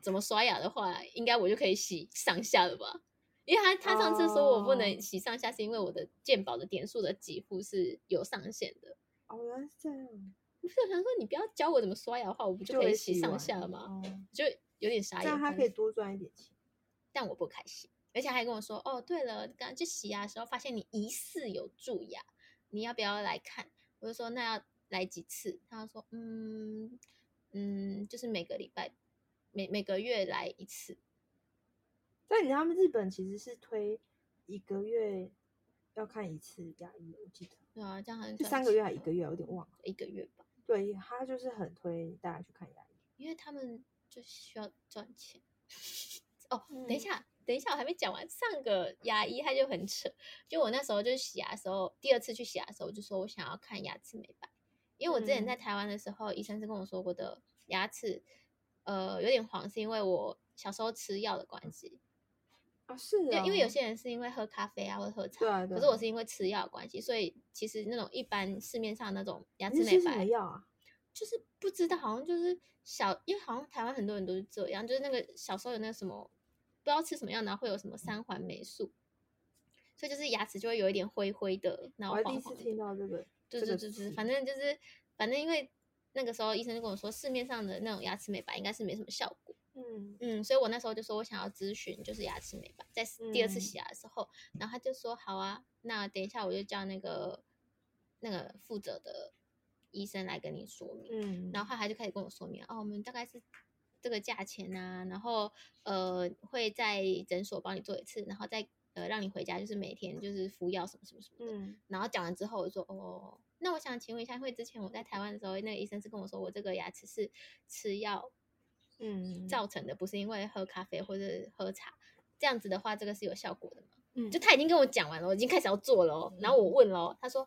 [SPEAKER 2] 怎么刷牙的话，应该我就可以洗上下了吧？因为他他上次说我不能
[SPEAKER 1] 哦
[SPEAKER 2] 洗上下，是因为我的鉴宝的点数的给付是有上限的。
[SPEAKER 1] 哦，原来是这样，
[SPEAKER 2] 我就想说，你不要教我怎么刷牙的话，我不就可以
[SPEAKER 1] 会
[SPEAKER 2] 洗
[SPEAKER 1] 洗
[SPEAKER 2] 上
[SPEAKER 1] 完
[SPEAKER 2] 下了吗？
[SPEAKER 1] 哦
[SPEAKER 2] 就有点傻
[SPEAKER 1] 这
[SPEAKER 2] 眼。
[SPEAKER 1] 样他
[SPEAKER 2] 反
[SPEAKER 1] 可
[SPEAKER 2] 正
[SPEAKER 1] 以多赚一点钱。
[SPEAKER 2] 但我不开心，而且还跟我说：“哦，对了，刚去洗牙的时候发现你疑似有蛀牙，你要不要来看？”我就说：“那要来几次？”他就说：“嗯嗯，就是每个礼拜，每每个月来一次。
[SPEAKER 1] 但你知道他们日本其实是推一个月要看一次牙医，我记得”
[SPEAKER 2] 对啊，这样好像
[SPEAKER 1] 是
[SPEAKER 2] 赚
[SPEAKER 1] 三个月
[SPEAKER 2] 钱
[SPEAKER 1] 还一
[SPEAKER 2] 了
[SPEAKER 1] 个月啊，有点忘了。
[SPEAKER 2] 一个月吧，
[SPEAKER 1] 对他就是很推大家去看牙医。
[SPEAKER 2] 因为他们就需要赚钱。哦，等一
[SPEAKER 1] 嗯
[SPEAKER 2] 下，等一下，我还没讲完。上个牙医他就很扯，就我那时候就是洗牙的时候，第二次去洗牙的时候，我就说我想要看牙齿美白，因为我之前
[SPEAKER 1] 嗯
[SPEAKER 2] 在台湾的时候，医生是跟我说过的，牙齿呃有点黄，是因为我小时候吃药的关系。
[SPEAKER 1] 啊，是
[SPEAKER 2] 就
[SPEAKER 1] 啊，
[SPEAKER 2] 因为有些人是因为喝咖啡啊或者喝茶，
[SPEAKER 1] 对啊对
[SPEAKER 2] 可是我
[SPEAKER 1] 啊
[SPEAKER 2] 是因为吃药的关系，所以其实那种一般市面上那种牙
[SPEAKER 1] 你
[SPEAKER 2] 齿
[SPEAKER 1] 是吃
[SPEAKER 2] 美
[SPEAKER 1] 什么
[SPEAKER 2] 白，
[SPEAKER 1] 药啊？
[SPEAKER 2] 就是不知道，好像就是小，因为好像台湾很多人都是这样，就是那个小时候有那个什么，不知道吃什么药，然后会有什么三环霉素，所以就是牙齿就会有一点灰灰的，然
[SPEAKER 1] 我还
[SPEAKER 2] 后
[SPEAKER 1] 第
[SPEAKER 2] 黄
[SPEAKER 1] 一次
[SPEAKER 2] 黄的。
[SPEAKER 1] 听到这个，
[SPEAKER 2] 对
[SPEAKER 1] 这
[SPEAKER 2] 对
[SPEAKER 1] 个
[SPEAKER 2] 对对，
[SPEAKER 1] 词
[SPEAKER 2] 反正就是反正因为那个时候医生就跟我说，市面上的那种牙齿美白应该是没什么效果。
[SPEAKER 1] 嗯，
[SPEAKER 2] 嗯，所以我那时候就说我想要咨询，就是牙齿美白，在第二次
[SPEAKER 1] 嗯
[SPEAKER 2] 洗牙的时候，然后他就说好啊，那等一下我就叫那个那个负责的医生来跟你说明。
[SPEAKER 1] 嗯，
[SPEAKER 2] 然后他就开始跟我说明，哦，我们大概是这个价钱啊，然后呃会在诊所帮你做一次，然后再呃让你回家，就是每天就是服药什么什么什么的。
[SPEAKER 1] 嗯，
[SPEAKER 2] 然后讲完之后，我就说哦，那我想请问一下，因为之前我在台湾的时候，那个医生是跟我说我这个牙齿是吃药
[SPEAKER 1] 嗯
[SPEAKER 2] 造成的，不是因为喝咖啡或者喝茶。这样子的话，这个是有效果的吗？
[SPEAKER 1] 嗯
[SPEAKER 2] 就他已经跟我讲完了，我已经开始要做了哦、
[SPEAKER 3] 嗯
[SPEAKER 2] 然后我问了、哦，他说：“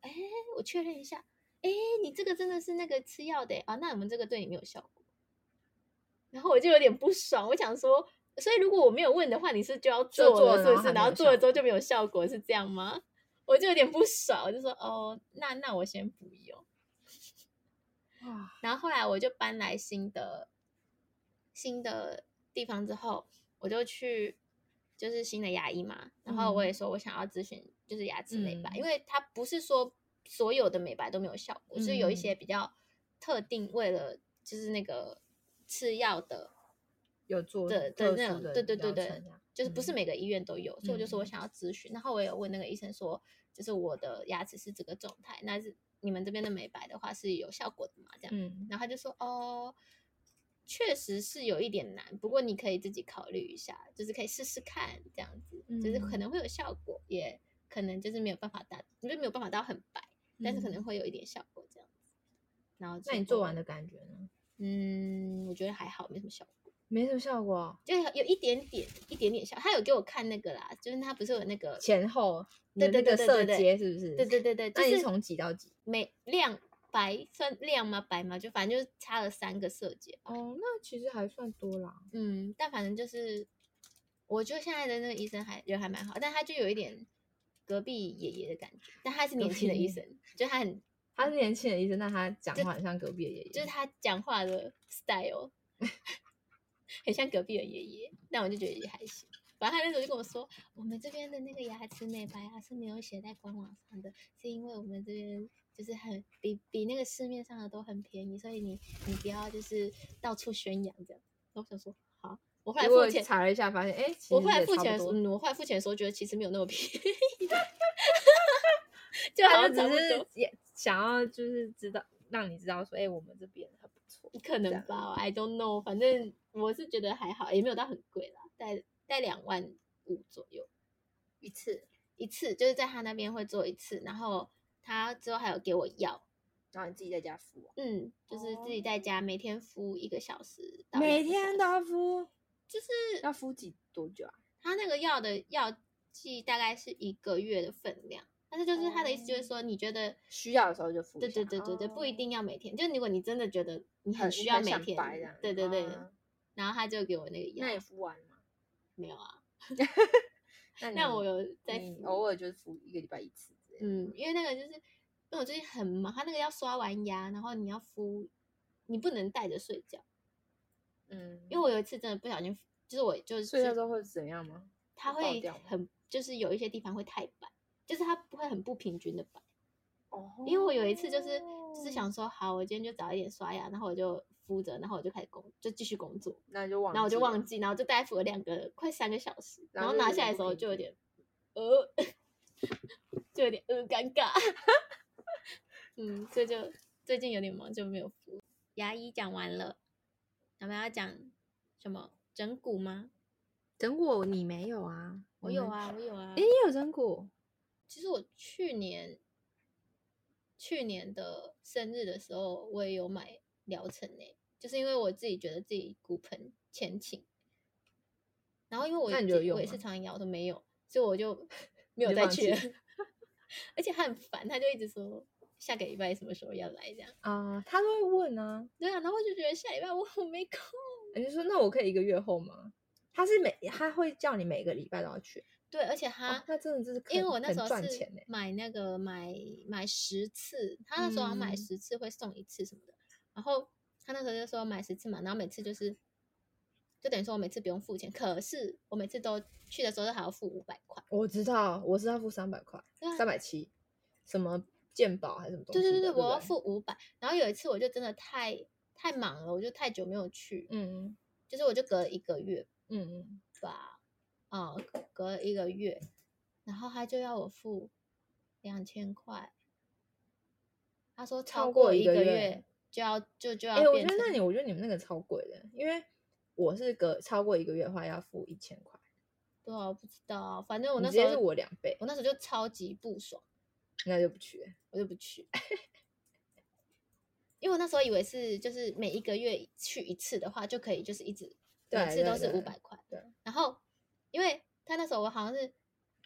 [SPEAKER 2] 哎、我确认一下，哎、你这个真的是那个吃药的欸、啊？那我们这个对你没有效果。”然后我就有点不爽，我想说，所以如果我没有问的话，你是就要
[SPEAKER 3] 就
[SPEAKER 2] 做了
[SPEAKER 3] 做了
[SPEAKER 2] 是不是？
[SPEAKER 3] 然后还
[SPEAKER 2] 然
[SPEAKER 3] 没
[SPEAKER 2] 后
[SPEAKER 3] 有
[SPEAKER 2] 做了
[SPEAKER 3] 效
[SPEAKER 2] 之后就没有效果，是这样吗？我就有点不爽，我就说：“哦，那那我先不用。”
[SPEAKER 1] 哇，
[SPEAKER 2] 然后后来我就搬来新的新的地方之后，我就去就是新的牙医嘛，然后
[SPEAKER 3] 嗯
[SPEAKER 2] 我也说我想要咨询就是牙齿美白，因为它不是说所有的美白都没有效果，就是有一
[SPEAKER 3] 嗯
[SPEAKER 2] 些比较特定为了就是那个吃药的
[SPEAKER 3] 有做
[SPEAKER 2] 的
[SPEAKER 3] 特
[SPEAKER 2] 的那
[SPEAKER 3] 殊
[SPEAKER 2] 种，
[SPEAKER 3] 的
[SPEAKER 2] 对对对
[SPEAKER 3] 疗
[SPEAKER 2] 对
[SPEAKER 3] 程啊，
[SPEAKER 2] 就是不是
[SPEAKER 3] 嗯
[SPEAKER 2] 每个医院都有，所以我就说我
[SPEAKER 3] 嗯
[SPEAKER 2] 想要咨询，然后我有问那个医生说，就是我的牙齿是这个状态，那是你们这边的美白的话是有效果的嘛？这样，
[SPEAKER 3] 嗯
[SPEAKER 2] 然后他就说哦，确实是有一点难，不过你可以自己考虑一下，就是可以试试看这样子，就是可
[SPEAKER 3] 嗯
[SPEAKER 2] 能会有效果，也可能就是没有办法达，就是没有办法到很白，但是可能
[SPEAKER 3] 嗯
[SPEAKER 2] 会有一点效果这样子。然后
[SPEAKER 3] 那
[SPEAKER 2] 之
[SPEAKER 3] 你做
[SPEAKER 2] 后
[SPEAKER 3] 完的，感觉呢？
[SPEAKER 2] 嗯，我觉得还好，没什么效果。
[SPEAKER 3] 没什么效果，
[SPEAKER 2] 就有有一点点一点点效，他有给我看那个啦，就是他不是有那个
[SPEAKER 3] 前后你
[SPEAKER 2] 对
[SPEAKER 3] 的
[SPEAKER 2] 对对对
[SPEAKER 3] 那个色
[SPEAKER 2] 对
[SPEAKER 3] 阶是不是？
[SPEAKER 2] 对对对对，就
[SPEAKER 3] 那你
[SPEAKER 2] 是
[SPEAKER 3] 是从几到几？
[SPEAKER 2] 每亮白算亮吗？白吗？就反正就是差了三个色阶吧。
[SPEAKER 3] 哦，那其实还算多啦。
[SPEAKER 2] 嗯，但反正就是，我觉得现在的那个医生还人还蛮好，但他就有一点隔壁爷爷的感觉，但他是
[SPEAKER 3] 隔
[SPEAKER 2] 年轻的
[SPEAKER 3] 壁
[SPEAKER 2] 医
[SPEAKER 3] 爷
[SPEAKER 2] 生，就他很
[SPEAKER 3] 他是年轻的医生，但他讲话很像隔壁的爷爷，
[SPEAKER 2] 就是他讲话的 style 很像隔壁的爷爷，但我就觉得也还行。反正他那时候就跟我说，我们这边的那个牙齿美白啊是没有写在官网上的，是因为我们这边就是很比比那个市面上的都很便宜，所以你你不要就是到处宣扬这样。然后我想说，好，我后来
[SPEAKER 3] 结果
[SPEAKER 2] 付钱，
[SPEAKER 3] 查了一下，发现哎，其
[SPEAKER 2] 我
[SPEAKER 3] 实
[SPEAKER 2] 后来
[SPEAKER 3] 也
[SPEAKER 2] 付
[SPEAKER 3] 差不
[SPEAKER 2] 钱的时
[SPEAKER 3] 多
[SPEAKER 2] 候， 嗯，我后来付钱的时候觉得其实没有那么便宜， 就好
[SPEAKER 3] 他
[SPEAKER 2] 像
[SPEAKER 3] 就
[SPEAKER 2] 差不
[SPEAKER 3] 只
[SPEAKER 2] 多
[SPEAKER 3] 是。也想要就是知道让你知道说，哎，我们这边还不错。
[SPEAKER 2] 可能吧，I don't know，反正我是觉得还好，也没有到很贵啦，在在两万五左右一次，一次就是在他那边会做一次，然后他之后还有给我药，
[SPEAKER 3] 然后你自己在家敷啊，
[SPEAKER 2] 嗯，就是自己在家每天敷一个小时到两
[SPEAKER 1] 每
[SPEAKER 2] 个
[SPEAKER 1] 天都
[SPEAKER 2] 小时
[SPEAKER 1] 要敷，
[SPEAKER 2] 就是
[SPEAKER 1] 要敷几多久啊？
[SPEAKER 2] 他那个药的药剂大概是一个月的分量，但是就是他的意思
[SPEAKER 3] 哦
[SPEAKER 2] 就是说，你觉得
[SPEAKER 1] 需要的时候就敷一
[SPEAKER 2] 对
[SPEAKER 1] 下。
[SPEAKER 2] 对对对对，不一
[SPEAKER 1] 哦
[SPEAKER 2] 定要每天，就是如果你真的觉得你很
[SPEAKER 1] 很
[SPEAKER 2] 需
[SPEAKER 1] 你
[SPEAKER 2] 要
[SPEAKER 1] 很
[SPEAKER 2] 每
[SPEAKER 1] 想
[SPEAKER 2] 天
[SPEAKER 1] 白这样，
[SPEAKER 2] 对对对，
[SPEAKER 1] 啊
[SPEAKER 2] 然后他就给我那个药，
[SPEAKER 1] 那你敷完了吗？
[SPEAKER 2] 没有啊？
[SPEAKER 1] 那
[SPEAKER 2] 那
[SPEAKER 1] 你
[SPEAKER 2] 我有在
[SPEAKER 1] 你
[SPEAKER 2] 敷
[SPEAKER 1] 偶尔就是敷一个礼拜一次之类的。
[SPEAKER 2] 嗯，因为那个就是因为我最近很忙，他那个要刷完牙，然后你要敷，你不能带着睡觉，
[SPEAKER 3] 嗯，
[SPEAKER 2] 因为我有一次真的不小心，就是我就是
[SPEAKER 1] 睡觉之后会怎样吗？
[SPEAKER 2] 它
[SPEAKER 1] 会爆
[SPEAKER 2] 会
[SPEAKER 1] 掉吗
[SPEAKER 2] 很就是有一些地方会太白，就是它不会很不平均的白。
[SPEAKER 1] 哦，
[SPEAKER 2] 因为我有一次就是就是，想说，好，我今天就早一点刷牙，然后我就敷着，然后我就开始工，就继续工作，
[SPEAKER 1] 那你就忘，
[SPEAKER 2] 然后我就忘
[SPEAKER 1] 记
[SPEAKER 2] 记，然后就大概敷了两个快三个小时，
[SPEAKER 1] 然
[SPEAKER 2] 然后
[SPEAKER 1] 后就
[SPEAKER 2] 拿
[SPEAKER 1] 有
[SPEAKER 2] 下
[SPEAKER 1] 点
[SPEAKER 2] 来的
[SPEAKER 1] 不
[SPEAKER 2] 时候
[SPEAKER 1] 平
[SPEAKER 2] 就有
[SPEAKER 1] 均
[SPEAKER 2] 点呃， 就有点呃尴尬， 嗯，所以就最近有点忙就没有敷。牙医讲完了，我们要讲什么整骨吗？
[SPEAKER 3] 整骨你没有啊？
[SPEAKER 2] 我有，啊，我有啊。
[SPEAKER 3] 哎，你有整骨？
[SPEAKER 2] 其实我去年去年的生日的时候，我也有买疗程呢、就是因为我自己觉得自己骨盆前倾，然后因为我
[SPEAKER 3] 那你
[SPEAKER 2] 自
[SPEAKER 3] 觉得
[SPEAKER 2] 己
[SPEAKER 3] 有
[SPEAKER 2] 我也是
[SPEAKER 3] 吗
[SPEAKER 2] 常常摇，我都没 有，所以我就没
[SPEAKER 3] 你
[SPEAKER 2] 有
[SPEAKER 3] 就
[SPEAKER 2] 再
[SPEAKER 3] 放
[SPEAKER 2] 去
[SPEAKER 3] 弃
[SPEAKER 2] 了而且他很烦，他就一直说下个礼拜什么时候要来这样。
[SPEAKER 3] 啊、他都会问啊，
[SPEAKER 2] 对啊，然后我就觉得下礼拜我我没空。
[SPEAKER 3] 你就说那我可以一个月后吗？他是每他会叫你每个礼拜都要去，
[SPEAKER 2] 对，而且
[SPEAKER 3] 啊
[SPEAKER 2] 他、，
[SPEAKER 3] 那真的就是
[SPEAKER 2] 因为
[SPEAKER 3] 很
[SPEAKER 2] 我那
[SPEAKER 3] 很
[SPEAKER 2] 时候
[SPEAKER 3] 赚
[SPEAKER 2] 是
[SPEAKER 3] 钱呢、
[SPEAKER 2] 买那个买买十次，他那时候好像买
[SPEAKER 3] 嗯
[SPEAKER 2] 十次会送一次什么的，然后他那时候就说买十次嘛，然后每次就是就等于说我每次不用付钱，可是我每次都去的时候都还要付五百块，
[SPEAKER 3] 我知道，我是要付三百块，
[SPEAKER 2] 对啊
[SPEAKER 3] 三百七，什么鉴宝还是什么东西
[SPEAKER 2] 对
[SPEAKER 3] 的？
[SPEAKER 2] 对对
[SPEAKER 3] 对
[SPEAKER 2] 对，
[SPEAKER 3] 不
[SPEAKER 2] 我要付五百，然后有一次我就真的太太忙了，我就太久没有去，
[SPEAKER 3] 嗯
[SPEAKER 2] 就是我就隔了一个月
[SPEAKER 3] 嗯嗯，
[SPEAKER 2] 吧，啊、隔了一个月，然后他就要我付两千块，他说
[SPEAKER 3] 超
[SPEAKER 2] 超
[SPEAKER 3] 过
[SPEAKER 2] 过
[SPEAKER 3] 一
[SPEAKER 2] 一
[SPEAKER 3] 个
[SPEAKER 2] 个
[SPEAKER 3] 月
[SPEAKER 2] 月就要就就要
[SPEAKER 3] 哎、我
[SPEAKER 2] 啊变
[SPEAKER 3] 觉得那
[SPEAKER 2] 成
[SPEAKER 3] 你，我觉得你们那个超贵的，因为我是隔超过一个月的话要付一千块，
[SPEAKER 2] 对啊，我不知道啊，反正我
[SPEAKER 3] 你
[SPEAKER 2] 那
[SPEAKER 3] 直
[SPEAKER 2] 时
[SPEAKER 3] 接
[SPEAKER 2] 候
[SPEAKER 3] 是我两倍
[SPEAKER 2] 我那时候就超级不爽，
[SPEAKER 3] 那就不去了。
[SPEAKER 2] 我就不去。 因为我那时候以为是就是每一个月去一次的话就可以，就是一直每
[SPEAKER 3] 对
[SPEAKER 2] 次都
[SPEAKER 3] 对
[SPEAKER 2] 是
[SPEAKER 3] 对
[SPEAKER 2] 五百块。
[SPEAKER 3] 对
[SPEAKER 2] 然后因为他那时候我好像是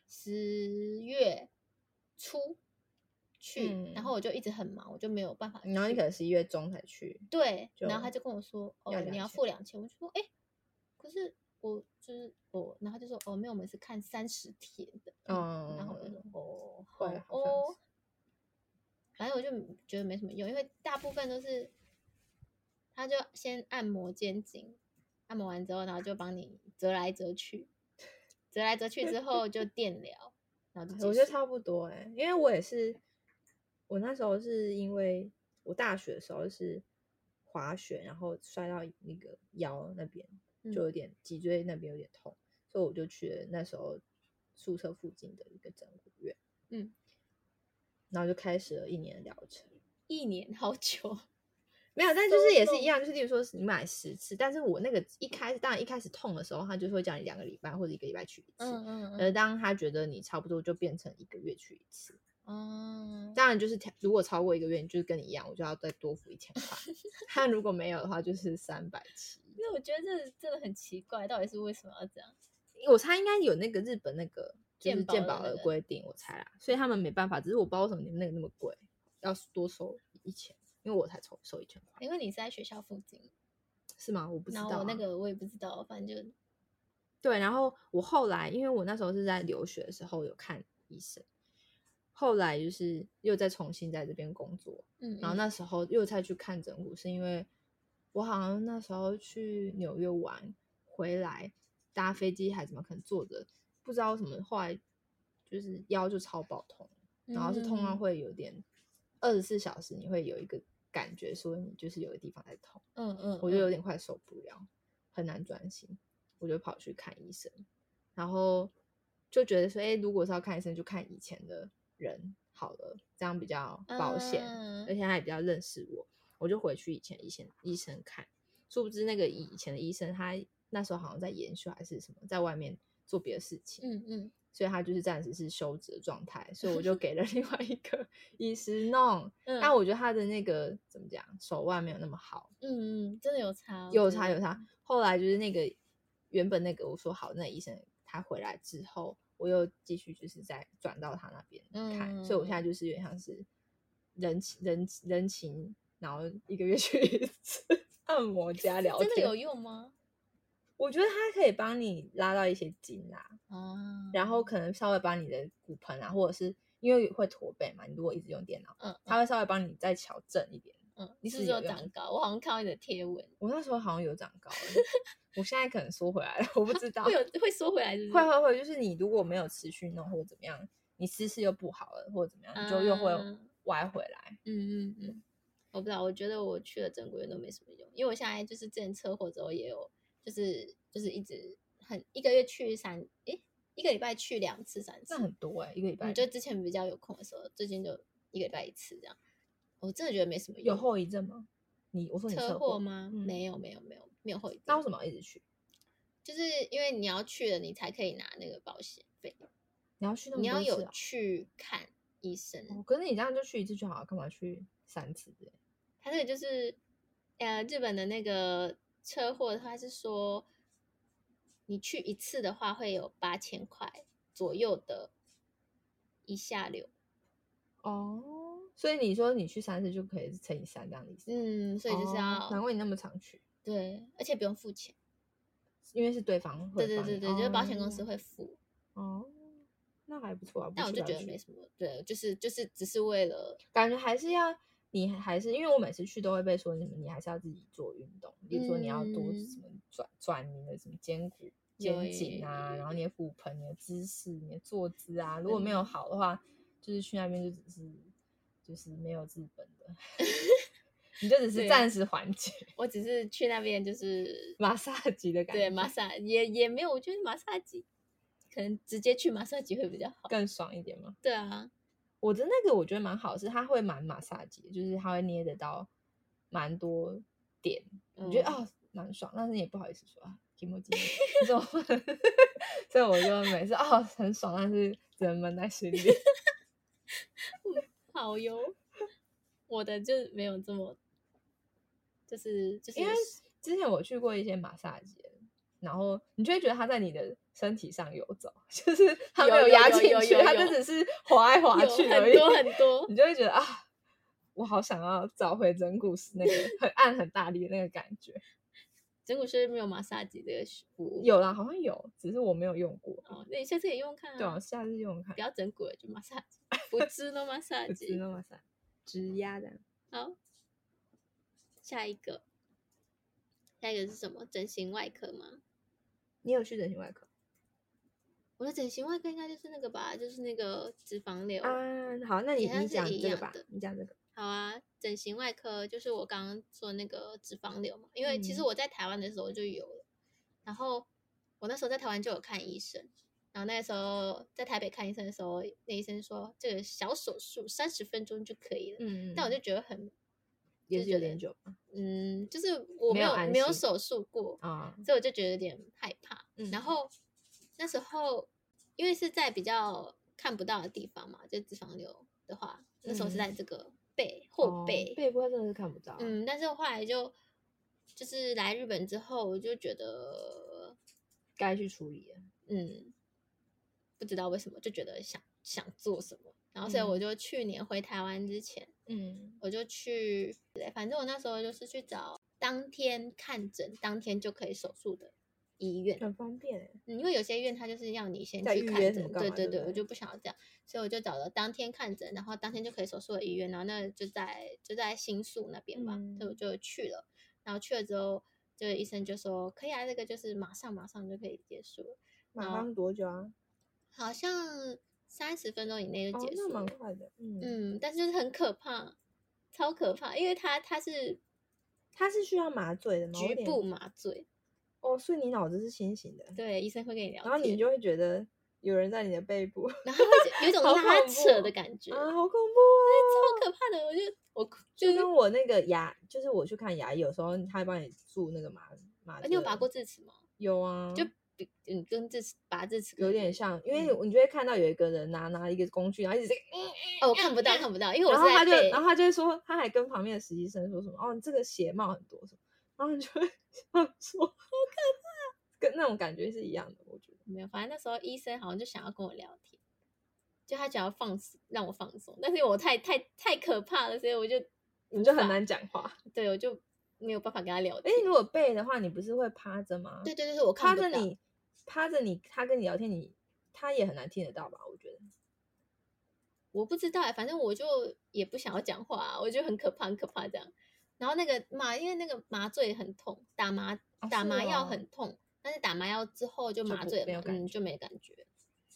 [SPEAKER 2] 十月初去，然后我就一直很忙，我就没有办法去。
[SPEAKER 3] 嗯然后你可能十一月中才去，
[SPEAKER 2] 对，
[SPEAKER 3] 就
[SPEAKER 2] 然后他就跟我说：“哦，
[SPEAKER 3] 要
[SPEAKER 2] 你要
[SPEAKER 3] 2000
[SPEAKER 2] 付两千。”我就说：“哎、可是我就是我。”然后他就说：“哦，没有，我们是看三十天的。”
[SPEAKER 3] 嗯，
[SPEAKER 2] 然后我就说哦，好
[SPEAKER 3] 会好像
[SPEAKER 2] 哦
[SPEAKER 3] 是，
[SPEAKER 2] 反正我就觉得没什么用，因为大部分都是，他就先按摩肩颈，按摩完之后，然后就帮你折来折去，折来折去之后就电疗，然后就
[SPEAKER 3] 我
[SPEAKER 2] 结
[SPEAKER 3] 觉得
[SPEAKER 2] 束
[SPEAKER 3] 差不多哎、因为我也是，我那时候是因为我大学的时候是滑雪，然后摔到那个腰那边，
[SPEAKER 2] 嗯
[SPEAKER 3] 就有点脊椎那边有点痛，所以我就去了那时候宿舍附近的一个整骨院，
[SPEAKER 2] 嗯，
[SPEAKER 3] 然后就开始了一年的疗程。
[SPEAKER 2] 一年好久，
[SPEAKER 3] 没有，但就是也是
[SPEAKER 2] So
[SPEAKER 3] 一样，就是例如说是你买十次，但是我那个一开始，当然一开始痛的时候，他就会叫你两个礼拜或者一个礼拜去一次。
[SPEAKER 2] 嗯
[SPEAKER 3] 而当他觉得你差不多，就变成一个月去一次。
[SPEAKER 2] 嗯，
[SPEAKER 3] 当然就是调如果超过一个月，你就是跟你一样，我就要再多付一千 块。他如果没有的话，就是三百七。
[SPEAKER 2] 因为我觉得这真的很奇怪，到底是为什么要这样？
[SPEAKER 3] 我猜应该有那个日本那个就是
[SPEAKER 2] 健保
[SPEAKER 3] 健
[SPEAKER 2] 的
[SPEAKER 3] 保
[SPEAKER 2] 那
[SPEAKER 3] 的
[SPEAKER 2] 个
[SPEAKER 3] 规定，我猜啦，所以他们没办法。只是我不知道为什么你们那个那么贵，要多收一千，因为我才收收一千块，
[SPEAKER 2] 因为你是在学校附近，
[SPEAKER 3] 是吗？我不知
[SPEAKER 2] 然
[SPEAKER 3] 道、
[SPEAKER 2] 后
[SPEAKER 3] 啊
[SPEAKER 2] 我。那个我也不知道，反正就
[SPEAKER 3] 对，然后我后来，因为我那时候是在留学的时候有看医生，后来就是又再重新在这边工作，
[SPEAKER 2] 嗯，
[SPEAKER 3] 然后
[SPEAKER 2] 嗯
[SPEAKER 3] 那时候又再去看整骨，是因为我好像那时候去纽约玩回来，搭飞机还怎么可能坐着，不知道为什么，后来就是腰就超爆痛，然后是痛到
[SPEAKER 2] 嗯
[SPEAKER 3] 会有点二十四小时你会有一个感觉说你就是有个地方在痛，
[SPEAKER 2] 嗯嗯，
[SPEAKER 3] 我就有
[SPEAKER 2] 嗯
[SPEAKER 3] 点快受不了，很难专心，我就跑去看医生，然后就觉得说，哎、如果是要看医生，就看以前的人好了，这样比较保险，
[SPEAKER 2] 嗯
[SPEAKER 3] 而且他也比较认识我，我就回去以前医生医生看，殊不知那个以以前的医生，他那时候好像在研修还是什么，在外面做别的事情，
[SPEAKER 2] 嗯嗯，
[SPEAKER 3] 所以他就是暂时是休止的状态，所以 我就给了另外一个 医师弄，
[SPEAKER 2] 嗯
[SPEAKER 3] 但啊我觉得他的那个怎么讲，手腕没有那么好。
[SPEAKER 2] 嗯嗯，真的有差，我
[SPEAKER 3] 有
[SPEAKER 2] 觉
[SPEAKER 3] 差有
[SPEAKER 2] 得
[SPEAKER 3] 差。后来就是那个原本那个我说好，那医生他回来之后，我又继续就是再转到他那边看，所以我现
[SPEAKER 2] 嗯
[SPEAKER 3] 在就是有点像是人情人情人情，然后一个月去一次按摩加聊天。
[SPEAKER 2] 真的有用吗？
[SPEAKER 3] 我觉得它可以帮你拉到一些筋啦、
[SPEAKER 2] 啊，
[SPEAKER 3] 然后可能稍微把你的骨盆啊，或者是因为会驼背嘛，你如果一直用电脑，
[SPEAKER 2] 嗯
[SPEAKER 3] 它会稍微帮你再调正一点。
[SPEAKER 2] 嗯，你
[SPEAKER 3] 你是
[SPEAKER 2] 是不
[SPEAKER 3] 不
[SPEAKER 2] 是
[SPEAKER 3] 是
[SPEAKER 2] 有
[SPEAKER 3] 有用
[SPEAKER 2] 长高？我好像看到你的贴文，
[SPEAKER 3] 我那时候好像有长高欸，我现在可能缩回来了，我不知道。
[SPEAKER 2] 会有会缩回来是不
[SPEAKER 3] 会啊
[SPEAKER 2] 是
[SPEAKER 3] 会会，就是你如果没有持续弄或者怎么样，你姿势又不好了或者怎么样，你就又会
[SPEAKER 2] 啊
[SPEAKER 3] 歪回来。
[SPEAKER 2] 嗯嗯嗯，我不知道，我觉得我去了正规院都没什么用，因为我现在就是之前车祸之后也有，就是就是一直很一个月去三，诶，一个礼拜去两次三次
[SPEAKER 3] 那，很多哎、一个礼拜
[SPEAKER 2] 嗯，就之前比较有空的时候，最近就一个礼拜一次这样，我真的觉得没什么
[SPEAKER 3] 有
[SPEAKER 2] 用。
[SPEAKER 3] 后遗症吗？你我说你
[SPEAKER 2] 车
[SPEAKER 3] 祸
[SPEAKER 2] 祸？吗？
[SPEAKER 3] 嗯
[SPEAKER 2] 没有没有没有没有后遗
[SPEAKER 3] 那
[SPEAKER 2] 症
[SPEAKER 3] 为，什么要一直去？
[SPEAKER 2] 就是因为你要去了，你才可以拿那个保险费，
[SPEAKER 3] 你要去那么
[SPEAKER 2] 你要
[SPEAKER 3] 多次
[SPEAKER 2] 有
[SPEAKER 3] 啊
[SPEAKER 2] 去看医生。
[SPEAKER 3] 哦可是你这样就去一次就好了，干嘛去三次之类的？
[SPEAKER 2] 他这个就是，呃，日本的那个车祸，他是说，你去一次的话会有八千块左右的一下流，
[SPEAKER 3] 哦，所以你说你去三次就可以乘以三这样的意思？
[SPEAKER 2] 嗯，所以就是
[SPEAKER 3] 哦
[SPEAKER 2] 要、
[SPEAKER 3] 难怪你那么常去，
[SPEAKER 2] 对，而且不用付钱。
[SPEAKER 3] 因为是对方会
[SPEAKER 2] 对对
[SPEAKER 3] 帮
[SPEAKER 2] 对
[SPEAKER 3] 你
[SPEAKER 2] 对，就是保险公司
[SPEAKER 3] 哦
[SPEAKER 2] 会付，
[SPEAKER 3] 哦，那还不错啊。不
[SPEAKER 2] 但我
[SPEAKER 3] 去
[SPEAKER 2] 就
[SPEAKER 3] 白
[SPEAKER 2] 觉得
[SPEAKER 3] 去
[SPEAKER 2] 没什么。对，就是就是只是为了
[SPEAKER 3] 感觉还是要你还是因为我每次去都会被说什么，你还是要自己做运动，比如说你要多
[SPEAKER 2] 嗯
[SPEAKER 3] 什么转转你的什么肩骨、
[SPEAKER 2] 有
[SPEAKER 3] 肩颈啊，
[SPEAKER 2] 有
[SPEAKER 3] 然后
[SPEAKER 2] 有
[SPEAKER 3] 你的骨盆、你的姿势、你的坐姿啊，如果没有
[SPEAKER 2] 嗯
[SPEAKER 3] 好的话，就是去那边就只是就是没有治本 的，你就只是
[SPEAKER 2] 对
[SPEAKER 3] 暂时缓解
[SPEAKER 2] 我只是去那边就是
[SPEAKER 3] 马萨吉的感觉，
[SPEAKER 2] 对马萨也也没有，我觉得马萨吉可能直接去马萨吉会比较好。
[SPEAKER 3] 更爽一点嘛。
[SPEAKER 2] 对啊，
[SPEAKER 3] 我的那个我觉得蛮好，是它会蛮马萨吉，就是它会捏得到蛮多点，我觉得
[SPEAKER 2] 嗯
[SPEAKER 3] 哦蛮爽，但是也不好意思说啊 i m o j 所以我 所以我就每次哦很爽，但是只能闷在心里。
[SPEAKER 2] 好哟。我的就没有这么，就是就是
[SPEAKER 3] 因为之前我去过一些马萨吉，然后你就会觉得它在你的身体上游走， 就是它没
[SPEAKER 2] 有有
[SPEAKER 3] 压
[SPEAKER 2] 有
[SPEAKER 3] 进
[SPEAKER 2] 有
[SPEAKER 3] 去，
[SPEAKER 2] 有
[SPEAKER 3] 它就
[SPEAKER 2] 有
[SPEAKER 3] 只是滑来滑
[SPEAKER 2] 有
[SPEAKER 3] 去而
[SPEAKER 2] 很
[SPEAKER 3] 已，
[SPEAKER 2] 多很 多
[SPEAKER 3] 你就会觉得啊。我好想要找回整蛊师那个很暗很大力的那个感觉，
[SPEAKER 2] 整骨师没有马萨吉这个服务。
[SPEAKER 3] 有啦，好像有，只是我没有用过。
[SPEAKER 2] 哦，那你下次也用用看
[SPEAKER 3] 对啊，下次用用看
[SPEAKER 2] 不。要整骨嗯了，就马 萨吉，不知道马萨
[SPEAKER 3] 不知
[SPEAKER 2] 吉。
[SPEAKER 3] 道哇塞，直压的。
[SPEAKER 2] 好，下一个，下一个是什么？整形外科吗？
[SPEAKER 3] 你有去整形外科
[SPEAKER 2] 我的整形外科应该就是那个吧，就是那个脂肪瘤。
[SPEAKER 3] 啊？好，那你
[SPEAKER 2] 好像
[SPEAKER 3] 你
[SPEAKER 2] 是
[SPEAKER 3] 讲
[SPEAKER 2] 一
[SPEAKER 3] 这个
[SPEAKER 2] 样
[SPEAKER 3] 吧
[SPEAKER 2] 的，
[SPEAKER 3] 你讲这个。
[SPEAKER 2] 好啊，整形外科就是我刚刚说那个脂肪瘤嘛，因为其实
[SPEAKER 3] 嗯
[SPEAKER 2] 我在台湾的时候就有了，然后我那时候在台湾就有看医生，然后那时候在台北看医生的时候，那医生说这个小手术三十分钟就可以了，
[SPEAKER 3] 嗯
[SPEAKER 2] 但我就觉得很，
[SPEAKER 3] 也
[SPEAKER 2] 就是
[SPEAKER 3] 有
[SPEAKER 2] 觉
[SPEAKER 3] 点
[SPEAKER 2] 得
[SPEAKER 3] 久嘛
[SPEAKER 2] 嗯，就是我
[SPEAKER 3] 没
[SPEAKER 2] 没
[SPEAKER 3] 有
[SPEAKER 2] 有
[SPEAKER 3] 安
[SPEAKER 2] 没有
[SPEAKER 3] 心
[SPEAKER 2] 手术过，
[SPEAKER 3] 啊。
[SPEAKER 2] 所以我就觉得有点害怕。
[SPEAKER 3] 嗯
[SPEAKER 2] 然后那时候因为是在比较看不到的地方嘛，就脂肪瘤的话，那
[SPEAKER 3] 嗯
[SPEAKER 2] 时候是在这个背、后
[SPEAKER 3] 哦
[SPEAKER 2] 背，
[SPEAKER 3] 背部它真的是看不到啊。
[SPEAKER 2] 嗯，但是我后来就就是来日本之后，我就觉得，
[SPEAKER 3] 该去处理了。
[SPEAKER 2] 嗯，不知道为什么就觉得想想做什么，然后所以我
[SPEAKER 3] 嗯
[SPEAKER 2] 就去年回台湾之前，
[SPEAKER 3] 嗯
[SPEAKER 2] 我就去，对反正我那时候就是去找当天看诊、当天就可以手术的医院，
[SPEAKER 3] 很方便欸
[SPEAKER 2] 嗯，因为有些院他就是要你先
[SPEAKER 3] 再
[SPEAKER 2] 去
[SPEAKER 3] 预
[SPEAKER 2] 看
[SPEAKER 3] 约什
[SPEAKER 2] 诊
[SPEAKER 3] 么，干
[SPEAKER 2] 对
[SPEAKER 3] 嘛
[SPEAKER 2] 对
[SPEAKER 3] 对不
[SPEAKER 2] 对，我
[SPEAKER 3] 对
[SPEAKER 2] 就不想要这样，所以我就找了当天看诊，然后当天就可以手术的医院，然后那就在就在新宿那边嘛，所以我
[SPEAKER 3] 嗯
[SPEAKER 2] 就去了，然后去了之后，就医生就说可以啊，这个就是马上马上就可以结束了，
[SPEAKER 3] 马
[SPEAKER 2] 好
[SPEAKER 3] 上多久啊？
[SPEAKER 2] 好像三十分钟以内就
[SPEAKER 3] 哦
[SPEAKER 2] 结，
[SPEAKER 3] 那
[SPEAKER 2] 束了，
[SPEAKER 3] 蛮快的。嗯，
[SPEAKER 2] 嗯，但是就是很可怕，超可怕，因为他他是
[SPEAKER 3] 它是需要麻醉的吗？我有
[SPEAKER 2] 局
[SPEAKER 3] 点
[SPEAKER 2] 部麻醉，
[SPEAKER 3] 哦，所以你脑子是清醒的，
[SPEAKER 2] 对，医生会跟你聊
[SPEAKER 3] 然后你
[SPEAKER 2] 天，
[SPEAKER 3] 就会觉得有人在你的背部
[SPEAKER 2] 然后会有 一种
[SPEAKER 3] 好
[SPEAKER 2] 拉
[SPEAKER 3] 恐怖
[SPEAKER 2] 扯的
[SPEAKER 3] 哦
[SPEAKER 2] 感觉，
[SPEAKER 3] 啊，好恐
[SPEAKER 2] 超
[SPEAKER 3] 怖
[SPEAKER 2] 可怕的，我就我就
[SPEAKER 3] 啊！就跟我那个牙，就是我去看牙医，有时候他会帮你注那个麻麻
[SPEAKER 2] 啊
[SPEAKER 3] 醉。
[SPEAKER 2] 你有拔过智齿吗？
[SPEAKER 3] 有啊，
[SPEAKER 2] 就比嗯，跟智齿拔智齿
[SPEAKER 3] 有
[SPEAKER 2] 跟
[SPEAKER 3] 点
[SPEAKER 2] 比
[SPEAKER 3] 像，因为
[SPEAKER 2] 嗯
[SPEAKER 3] 你就会看到有一个人拿拿一个工具，然后一直在，
[SPEAKER 2] 哦，我看不到看不到，因为我
[SPEAKER 3] 然
[SPEAKER 2] 是
[SPEAKER 3] 后他
[SPEAKER 2] 在
[SPEAKER 3] 就
[SPEAKER 2] 背，
[SPEAKER 3] 然后他就会说，他还跟旁边的实习生说什么，哦，你这个血冒很多什么，然后你就会 想说，好可怕，跟那种感觉是一样的，我觉得。
[SPEAKER 2] 没有，反正那时候医生好像就想要跟我聊天，就他想要放松让我放松，但是因为我太太太可怕了，所以我就
[SPEAKER 3] 你
[SPEAKER 2] 无
[SPEAKER 3] 就很
[SPEAKER 2] 法
[SPEAKER 3] 难讲话。
[SPEAKER 2] 对我就没有办法跟他聊
[SPEAKER 3] 哎
[SPEAKER 2] 天。，
[SPEAKER 3] 如果背的话，你不是会趴着吗？
[SPEAKER 2] 对，对对对，我
[SPEAKER 3] 趴
[SPEAKER 2] 看不
[SPEAKER 3] 着
[SPEAKER 2] 到，
[SPEAKER 3] 你，趴着你，他跟你聊天，你他也很难听得到吧？我觉得。
[SPEAKER 2] 我不知道、欸，反正我就也不想要讲话、啊，我就很可怕很可怕这样。然后那个麻，因为那个麻醉很痛，打麻
[SPEAKER 3] 哦
[SPEAKER 2] 打
[SPEAKER 3] 是
[SPEAKER 2] 麻药
[SPEAKER 3] 哦
[SPEAKER 2] 很痛，但是打麻药之后就
[SPEAKER 3] 就
[SPEAKER 2] 麻
[SPEAKER 3] 不
[SPEAKER 2] 醉
[SPEAKER 3] 没有
[SPEAKER 2] 了嘛，
[SPEAKER 3] 感
[SPEAKER 2] 嗯，
[SPEAKER 3] 觉
[SPEAKER 2] 就没感觉。